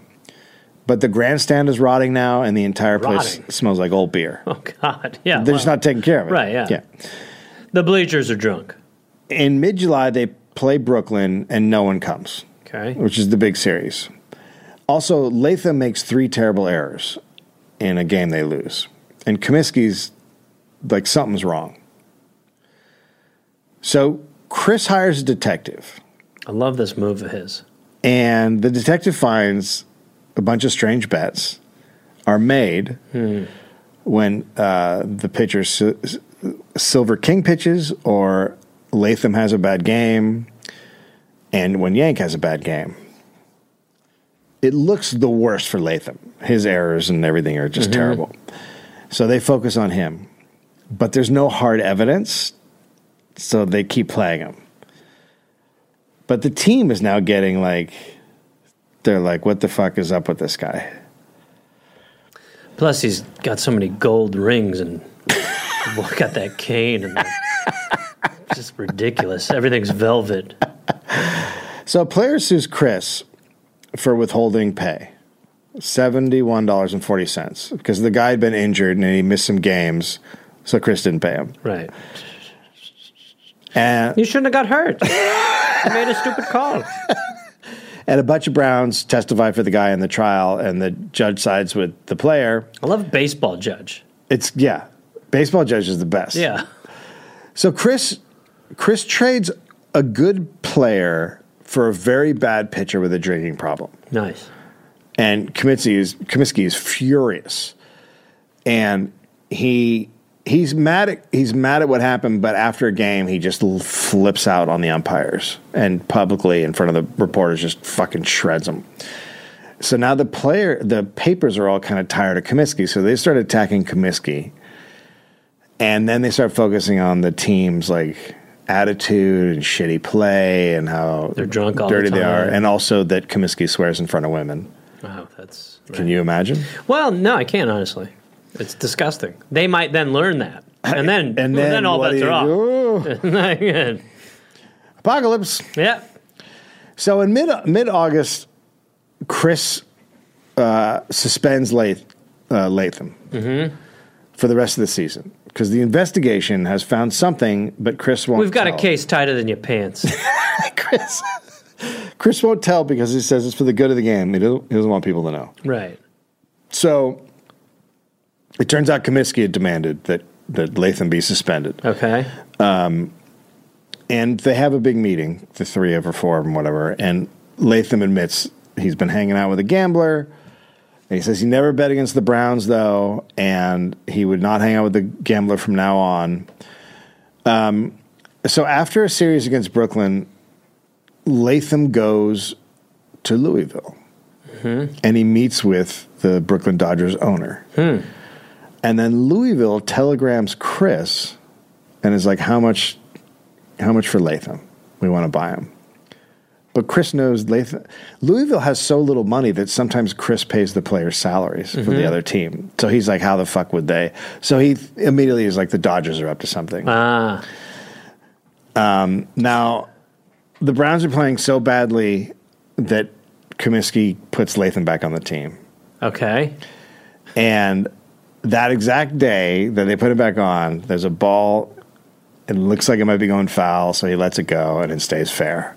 A: But the grandstand is rotting now and the entire place
I: Rotting.
A: smells like old beer.
I: Oh God. Yeah.
A: They're just
I: wow.
A: not taking care of it.
I: Right, yeah. the bleachers are drunk.
A: In mid July, they play Brooklyn and no one comes,
I: Okay.
A: which is the big series. Also, Latham makes three terrible errors in a game they lose. And Comiskey's like, something's wrong. So Chris hires a detective,
I: I love this move of his.
A: and the detective finds a bunch of strange bets are made when uh, the pitcher Sil- Silver King pitches or Latham has a bad game, and when Yank has a bad game. It looks the worst for Latham. His errors and everything are just terrible. So they focus on him, but there's no hard evidence, so they keep playing him. But the team is now getting like, they're like, what the fuck is up with this guy?
I: Plus, he's got so many gold rings and look got that cane and the- it's just ridiculous. Everything's velvet.
A: So a player sues Chris for withholding pay. $71.40 because the guy had been injured and he missed some games, so Chris didn't pay him.
I: Right.
A: And,
I: You shouldn't have got hurt. You made a stupid call.
A: and a bunch of Browns testify for the guy in the trial, and the judge sides with the player.
I: I love baseball judge.
A: It's, yeah, baseball judge is the best.
I: Yeah.
A: So Chris Chris trades a good player for a very bad pitcher with a drinking problem.
I: Nice.
A: And Kaminsky is Kaminsky is furious. And he he's mad at he's mad at what happened, but after a game he just l- flips out on the umpires and publicly in front of the reporters just fucking shreds them. So now the player the papers are all kind of tired of Kaminsky, so they start attacking Kaminsky. And then they start focusing on the team's like attitude and shitty play and how
I: They're drunk all the
A: dirty they are,
I: time.
A: and also that Comiskey swears in front of women.
I: Wow, that's.
A: Can you imagine?
I: Well, no, I can't honestly. It's disgusting. They might then learn that, and then and then, all
A: what
I: bets
A: do
I: are off.
A: you do?
I: yeah.
A: Apocalypse. So in mid mid August, Chris uh, suspends Lath- uh, Latham
I: Mm-hmm.
A: for the rest of the season because the investigation has found something, but Chris won't.
I: We've got a
A: tell.
I: case tighter than your pants.
A: Chris. Chris won't tell because he says it's for the good of the game. He doesn't, he doesn't want people to know.
I: right.
A: So it turns out Comiskey had demanded that, that Latham be suspended.
I: Okay.
A: And they have a big meeting, the three of or four of them, whatever. And Latham admits he's been hanging out with a gambler. And he says he never bet against the Browns, though, and he would not hang out with the gambler from now on. Um, so after a series against Brooklyn, Latham goes to Louisville and he meets with the Brooklyn Dodgers owner. And then Louisville telegrams Chris and is like, How much how much for Latham? We want to buy him. But Chris knows Latham. Louisville has so little money that sometimes Chris pays the players' salaries for the other team. So he's like, how the fuck would they? So he th- immediately is like, the Dodgers are up to something.
I: Ah.
A: Now, the Browns are playing so badly that Comiskey puts Latham back on the team.
I: Okay.
A: And that exact day that they put it back on, there's a ball. It looks like it might be going foul, so he lets it go and it stays fair.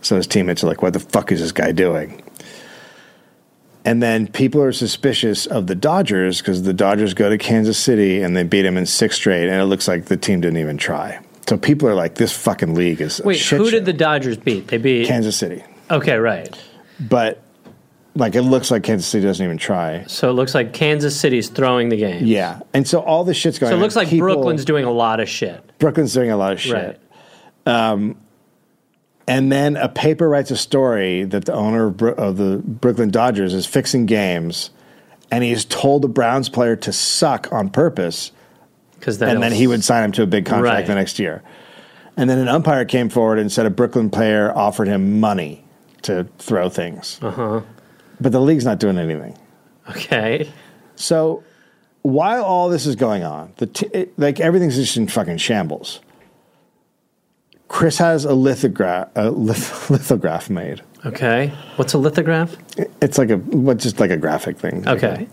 A: So his teammates are like, what the fuck is this guy doing? And then people are suspicious of the Dodgers because the Dodgers go to Kansas City and they beat him in six straight, and it looks like the team didn't even try. So people are like, this fucking league is. a
I: Wait,
A: shit
I: who
A: show.
I: did the Dodgers beat? They beat.
A: Kansas City?
I: Okay, right.
A: But like, it looks like Kansas City doesn't even try.
I: So it looks like Kansas City's throwing the game.
A: Yeah, and so all the shit's going.
I: So it
A: on.
I: looks like
A: People-
I: Brooklyn's doing a lot of shit.
A: Brooklyn's doing a lot of shit.
I: Right.
A: And then a paper writes a story that the owner of, Bro- of the Brooklyn Dodgers is fixing games, and he's told the Browns player to suck on purpose,
I: Because then,
A: and then he would sign him to a big contract
I: Right.
A: the next year. And then an umpire came forward and said a Brooklyn player offered him money to throw things.
I: Uh-huh.
A: But the league's not doing anything.
I: Okay.
A: So while all this is going on, the t- it, like everything's just in fucking shambles. Chris has a lithograph, a lith- lithograph made.
I: Okay. What's a lithograph?
A: It's like a, well, just like a graphic thing.
I: Okay.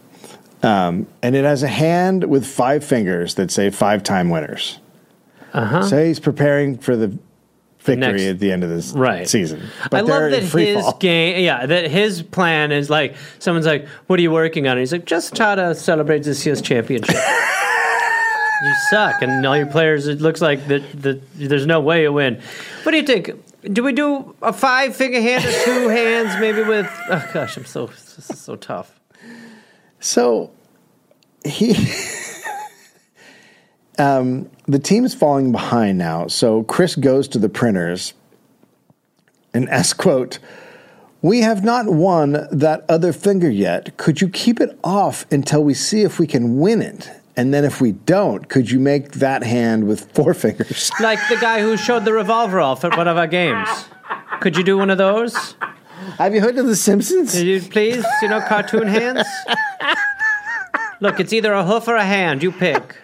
A: And it has a hand with five fingers that say five time winners. Uh-huh. So he's preparing for the victory
I: Next-
A: at the end of this
I: Right.
A: season.
I: I
A: they're
I: love that
A: in free
I: his
A: fall.
I: game. Yeah, that his plan is like someone's like, "What are you working on?" And he's like, "Just how to celebrate this year's championship." you suck, and all your players. It looks like that. The, there's no way you win. What do you think? Do we do a five finger hand or two hands? Maybe with. Oh gosh, I'm so this is so tough.
A: So he um the team's falling behind now. So Chris goes to the printers and asks quote we have not won that other finger yet. Could you keep it off until we see if we can win it? And then if we don't, could you make that hand with four fingers?
I: Like the guy who showed the revolver off at one of our games. Could you do one of those?
A: have you heard of The Simpsons?
I: Could you please? You know, cartoon hands? Look, it's either a hoof or a hand. You pick.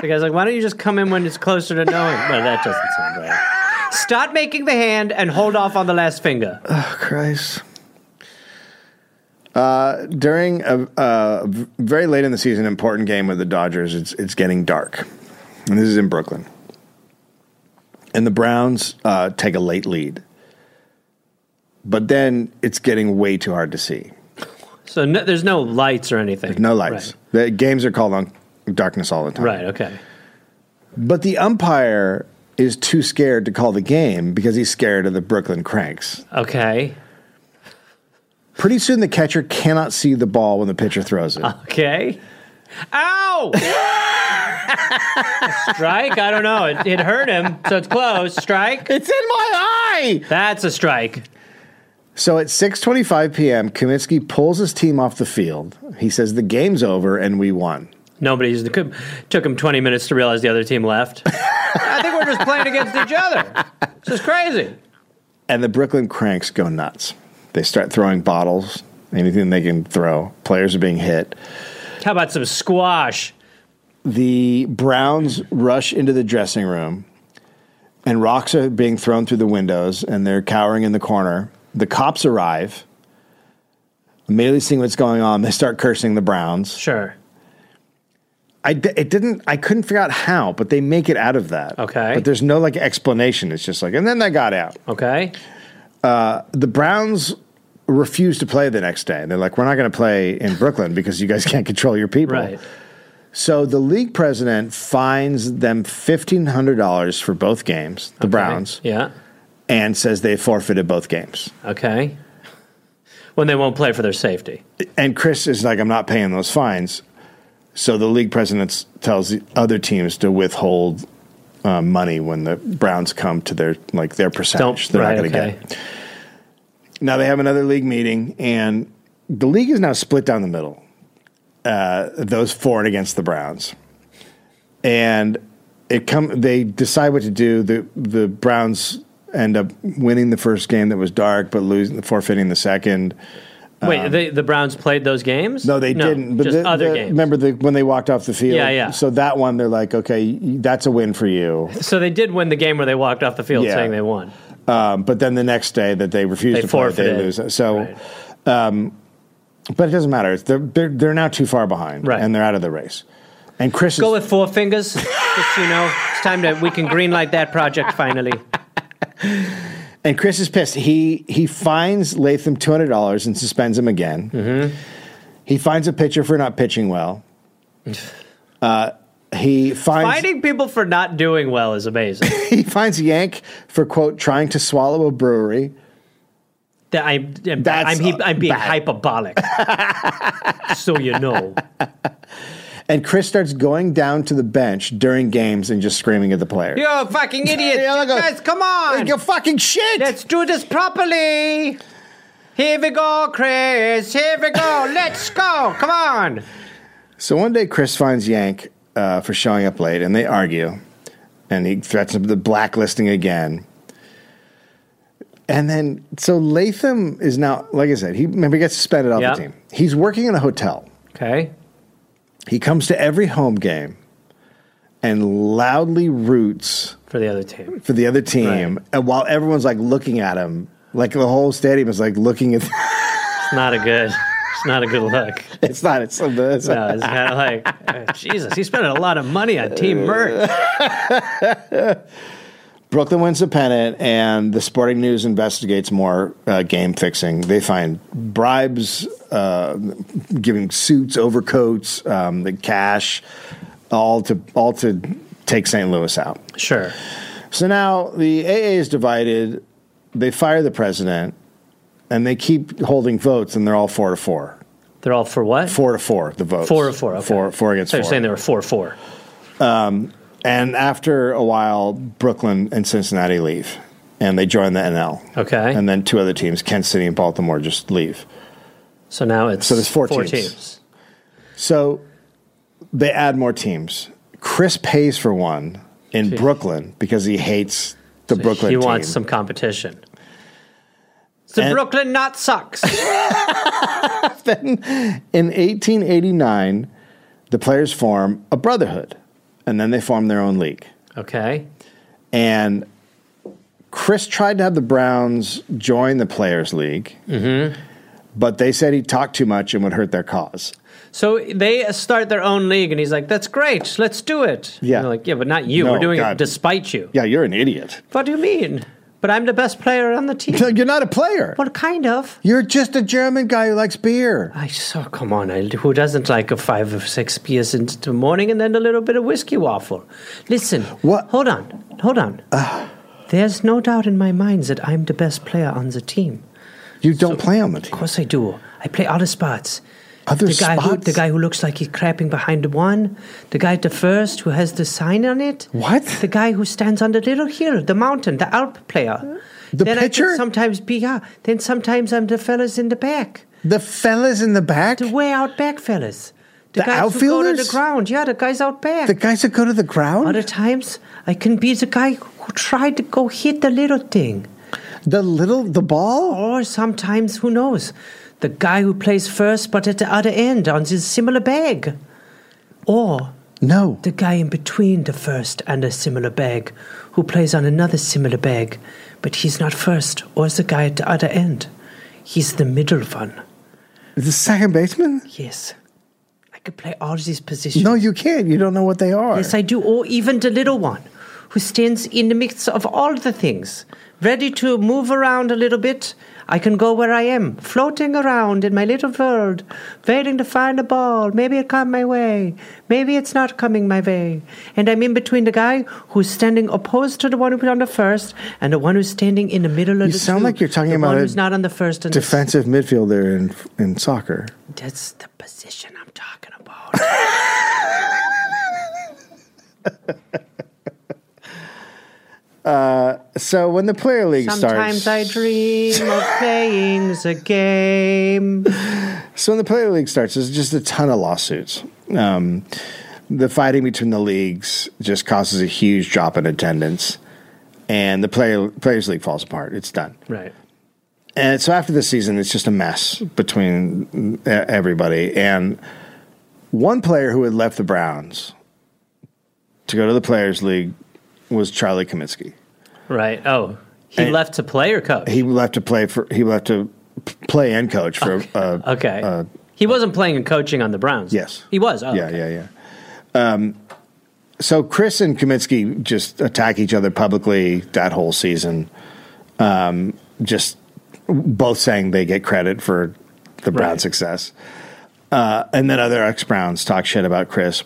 I: The guy's like, why don't you just come in when it's closer to knowing? Well, that doesn't sound right. Start making the hand and hold off on the last finger.
A: Christ. Uh, during a, a v- very late in the season important game with the Dodgers, it's it's getting dark, and this is in Brooklyn. And the Browns uh, take a late lead, but then it's getting way too hard to see.
I: So no, there's no lights or anything.
A: No lights. The games are called on darkness all the time.
I: Right, right okay.
A: But the umpire is too scared to call the game because he's scared of the Brooklyn Cranks.
I: Okay.
A: Pretty soon, the catcher cannot see the ball when the pitcher throws it.
I: Okay. Ow! strike? I don't know. It, it hurt him, so it's close. Strike?
A: It's in my eye.
I: That's a strike.
A: So at 6:25 p.m., Kaminsky pulls his team off the field. He says the game's over and we won.
I: Nobody's the could, took him 20 minutes to realize the other team left. I think we're just playing against each other. This is crazy.
A: And the Brooklyn Cranks go nuts. They start throwing bottles, anything they can throw. Players are being hit.
I: How about some squash?
A: The Browns rush into the dressing room, and rocks are being thrown through the windows, and they're cowering in the corner. The cops arrive. immediately seeing what's going on. They start cursing the Browns.
I: Sure.
A: I d- it didn't. I couldn't figure out how, but they make it out of that.
I: Okay.
A: but there's no like explanation. It's just like, and then they got out.
I: Okay.
A: The Browns refused to play the next day. They're like, we're not going to play in Brooklyn because you guys can't control your people.
I: Right.
A: So the league president fines them fifteen hundred dollars for both games, the Browns,
I: Yeah.
A: and says they forfeited both games.
I: Okay. When they won't play for their safety.
A: And Chris is like, I'm not paying those fines. So the league president s- tells the other teams to withhold uh, money when the Browns come to their like their percentage. They're
I: right,
A: not going to
I: okay.
A: get. It. Now they have another league meeting, and the league is now split down the middle. Uh, those for and against the Browns, and it come. They decide what to do. The the Browns end up winning the first game that was dark, but losing, forfeiting the second.
I: Wait, they, the Browns played those games?
A: Um, No, they didn't. But
I: just
A: the-
I: other
A: the-
I: games.
A: Remember the, when they walked off the field?
I: Yeah, yeah.
A: So that one, they're like, okay, y- that's a win for you.
I: So they did win the game where they walked off the field
A: Yeah.
I: saying they won.
A: Um, but then the next day that they refuse
I: They
A: to play, they
I: forfeited.
A: lose. So,
I: Right.
A: um, but it doesn't matter. It's- They're, they're they're now too far behind,
I: Right.
A: and they're out of the race. And Chris,
I: Go
A: is,
I: with four fingers. just so you know, it's time to we can greenlight that project finally.
A: and Chris is pissed. He he fines Latham two hundred dollars and suspends him again.
I: Mm-hmm.
A: He finds a pitcher for not pitching well. Uh, he finds
I: Fighting people for not doing well is amazing.
A: he finds Yank for quote trying to swallow a brewery.
I: That I'm, I'm,
A: That's,
I: I'm, he-
A: uh,
I: I'm being
A: bad.
I: hyperbolic. so you know.
A: And Chris starts going down to the bench during games and just screaming at the players.
I: You fucking idiot.
A: Yeah, like a-
I: Guys, come on.
A: You fucking shit!
I: Let's do this properly. Here we go, Chris. Here we go. Let's go. Come on.
A: so one day Chris finds Yank uh, for showing up late and they argue. And he threatens him with the blacklisting again. And then, so Latham is now, like I said, he remember he gets suspended off
I: Yeah.
A: the team. He's working in a hotel.
I: Okay.
A: He comes to every home game and loudly roots
I: For the other team.
A: for the other team. And while everyone's like looking at him, like the whole stadium is like looking at.
I: It's not a good. It's not a good look.
A: it's not. It's, it's
I: No, it's kind of like uh, Jesus. He spent a lot of money on Team Merch.
A: Brooklyn wins the pennant, and the Sporting News investigates more uh, game fixing. They find bribes, uh, giving suits, overcoats, um, the cash, all to all to take St. Louis out.
I: Sure.
A: So now the AA is divided. They fire the president, and they keep holding votes, and they're all four to four,
I: They're all for what?
A: four to four. The votes
I: Four to four. Okay.
A: four, four against
I: So you're
A: four.
I: saying they were four four.
A: And after a while, Brooklyn and Cincinnati leave, and they join the NL.
I: Okay.
A: And then two other teams, Kansas City and Baltimore, just leave.
I: So now it's
A: So there's four teams. So they add more teams. Chris pays for one in Brooklyn because he hates the Brooklyn
I: he
A: team.
I: wants some competition. So
A: And-
I: Brooklyn not sucks.
A: in 1889, the players form a brotherhood, and then they form their own league.
I: okay.
A: and Chris tried to have the Browns join the Players League, but they said he talked too much and would hurt their cause.
I: So they start their own league, and he's like, "That's great. Let's do it." And
A: Yeah.
I: they're like, yeah, but not you.
A: No,
I: We're doing it
A: God.
I: despite you.
A: Yeah, you're an idiot.
I: What do you mean? But I'm the best player on the team.
A: No, You're not a player.
I: Well, kind of.
A: You're just a German guy who likes beer.
I: I so come on, I, who doesn't like a five or six beers in the morning and then a little bit of whiskey waffle? Listen,
A: What- Uh.
I: Hold on, hold on. There's no doubt in my mind that I'm the best player on the team.
A: You don't play on the
I: Of
A: team.
I: course I do. I play all the spots.
A: Other
I: the guy Who,
A: spots?
I: the guy who looks like he's crapping behind the one, the guy at the first who has the sign on it.
A: What?
I: The guy who stands on the little hill, the mountain, the Alp player.
A: The
I: then I
A: pitcher?
I: can sometimes be yeah. Then sometimes I'm the fellas in the back.
A: The fellas in the back,
I: The way out back, fellas.
A: The
I: guys Who go to
A: outfielders?
I: the ground. Yeah, the guys out back.
A: the guys that go to the ground,
I: Other times, I can be the guy who tried to go hit the little thing.
A: the little, the ball.
I: Or sometimes, who knows, the guy who plays first but at the other end on this similar bag. Or
A: No,
I: the guy in between the first and a similar bag who plays on another similar bag, but he's not first or the guy at the other end. He's the middle one.
A: Is this second baseman?
I: Yes. I could play all these positions.
A: No, you can't. You don't know what they are.
I: Yes, I do. Or even the little one who stands in the midst of all the things, ready to move around a little bit. I can go where I am, floating around in my little world, waiting to find a ball. Maybe it come my way. Maybe it's not coming my way. And I'm in between the guy who's standing opposed to the one who's on the first and the one who's standing in the middle of
A: You
I: the
A: sound
I: two,
A: like you're talking
I: the
A: about
I: one
A: a
I: who's not on the first and the
A: defensive midfielder in in soccer.
I: that's the position I'm talking about.
A: So when the player league
I: Sometimes
A: starts,
I: I dream of playing the game.
A: So when the player league starts, there's just a ton of lawsuits. Um, the fighting between the leagues just causes a huge drop in attendance, and the player players league falls apart. It's done.
I: Right.
A: And so after this season, it's just a mess between uh, everybody. And one player who had left the Browns to go to the Players League was Charlie Kaminsky.
I: Right. Oh, he
A: And-
I: left to play or coach?
A: He left to play for. He left to p- play and coach for. Uh,
I: okay.
A: uh,
I: he wasn't playing and coaching on the Browns.
A: Yes.
I: He was. Oh,
A: yeah,
I: okay.
A: yeah, yeah. Um, so Chris and Kaminsky just attack each other publicly that whole season. Um, just both saying they get credit for the Brown
I: Right.
A: success. Uh, and then other ex Browns talk shit about Chris.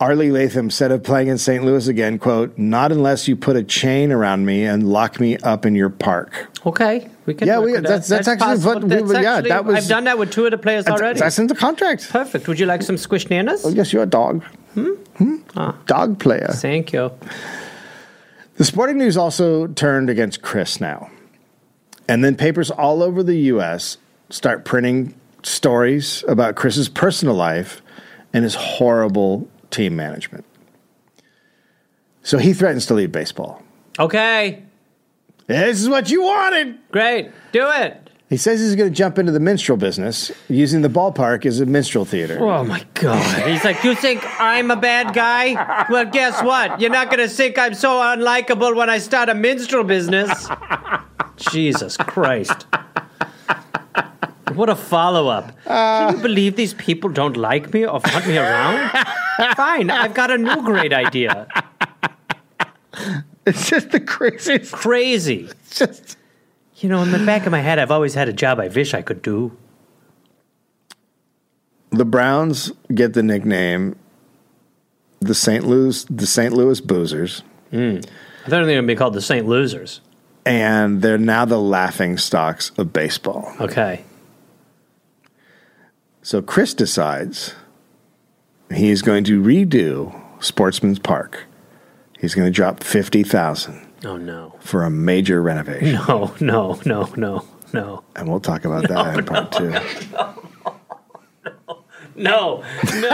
A: Arlie Latham said of playing in St. Louis again, quote, not unless you put a chain around me and lock me up in your park.
I: Okay. We can.
A: Yeah,
I: work
A: we-
I: with that.
A: that's- that's actually
I: possible.
A: what we
I: That's
A: were- yeah,
I: actually-
A: that was-
I: I've done that with two of the players already.
A: That's in the contract. Oh,
I: Perfect. Would you like some squish nanas?
A: Yes, you're a dog. Hmm?
I: Ah.
A: Dog player.
I: Thank you.
A: The sporting news also turned against Chris now. And then papers all over the US start printing stories about Chris's personal life and his horrible team management. So he threatens to leave baseball.
I: Okay.
A: This is what you wanted.
I: Great. Do it.
A: He says he's going to jump into the minstrel business using the ballpark as a minstrel theater.
I: Oh my god. He's like, You think I'm a bad guy? Well, guess what? You're not gonna think I'm so unlikable when I start a minstrel business. Jesus Christ. What a follow up. Can you believe these people don't like me or want me around? Fine, I've got a new great idea.
A: It's just the craziest.
I: Crazy.
A: Just
I: You know, in the back of my head, I've always had a job I wish I could do.
A: the Browns get the nickname the St. Louis the St. Louis Boozers.
I: They're only gonna be called the Saint Losers.
A: and they're now the laughing stocks of baseball.
I: Okay.
A: So Chris decides he is going to redo Sportsman's Park. He's going to drop 50,000
I: Oh no.
A: for a major renovation.
I: No, no, no, no, no.
A: And we'll talk about that in part 2.
I: No, no.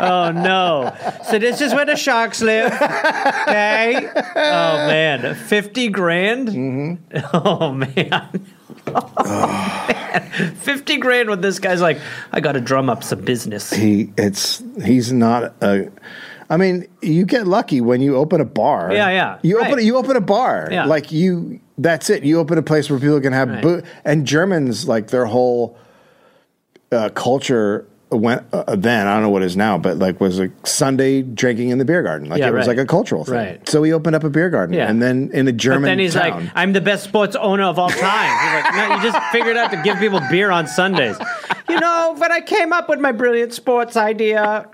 I: oh, no. So this is where the sharks live. Okay. Oh, man. 50 grand? Mm-hmm. Oh, man. Oh, man. 50 grand when this guy's like, I got to drum up some business.
A: He it's he's not a I mean, you get lucky when you open a bar.
I: Yeah, yeah.
A: You open
I: Right.
A: you open a bar.
I: Yeah.
A: Like you that's it. You open a place where people can have
I: Right.
A: boo- and Germans like their whole uh, culture went uh, then I don't know what it is now, but like was like Sunday drinking in the beer garden. Like
I: Yeah,
A: it was
I: right.
A: like a cultural thing.
I: Right.
A: So he opened up a beer garden
I: Yeah.
A: and then in a German
I: But then he's
A: town.
I: like, I'm the best sports owner of all time. He's like, no, you just figured out to give people beer on Sundays. You know, when I came up with my brilliant sports idea,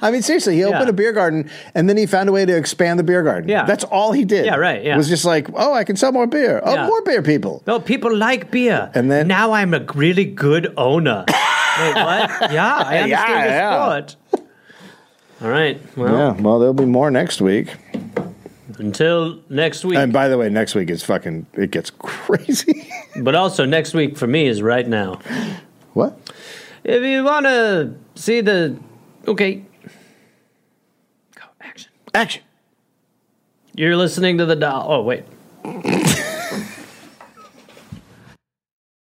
A: I mean, seriously, he opened
I: Yeah.
A: a beer garden and then he found a way to expand the beer garden.
I: Yeah.
A: That's all he did.
I: Yeah, right, yeah.
A: Was just like, oh, I can sell more beer. Oh,
I: Yeah.
A: more beer people.
I: No, people like beer.
A: And then-
I: now I'm a really good owner. Wait, what? Yeah, I understand
A: Yeah,
I: the
A: yeah.
I: sport. All right. Well,
A: Yeah, well, there'll be more next week.
I: until next week.
A: And by the way, next week is fucking, it gets crazy.
I: but also next week for me is right now.
A: what?
I: If you want to see the okay, go action.
A: Action.
I: You're listening to the doll. Oh wait.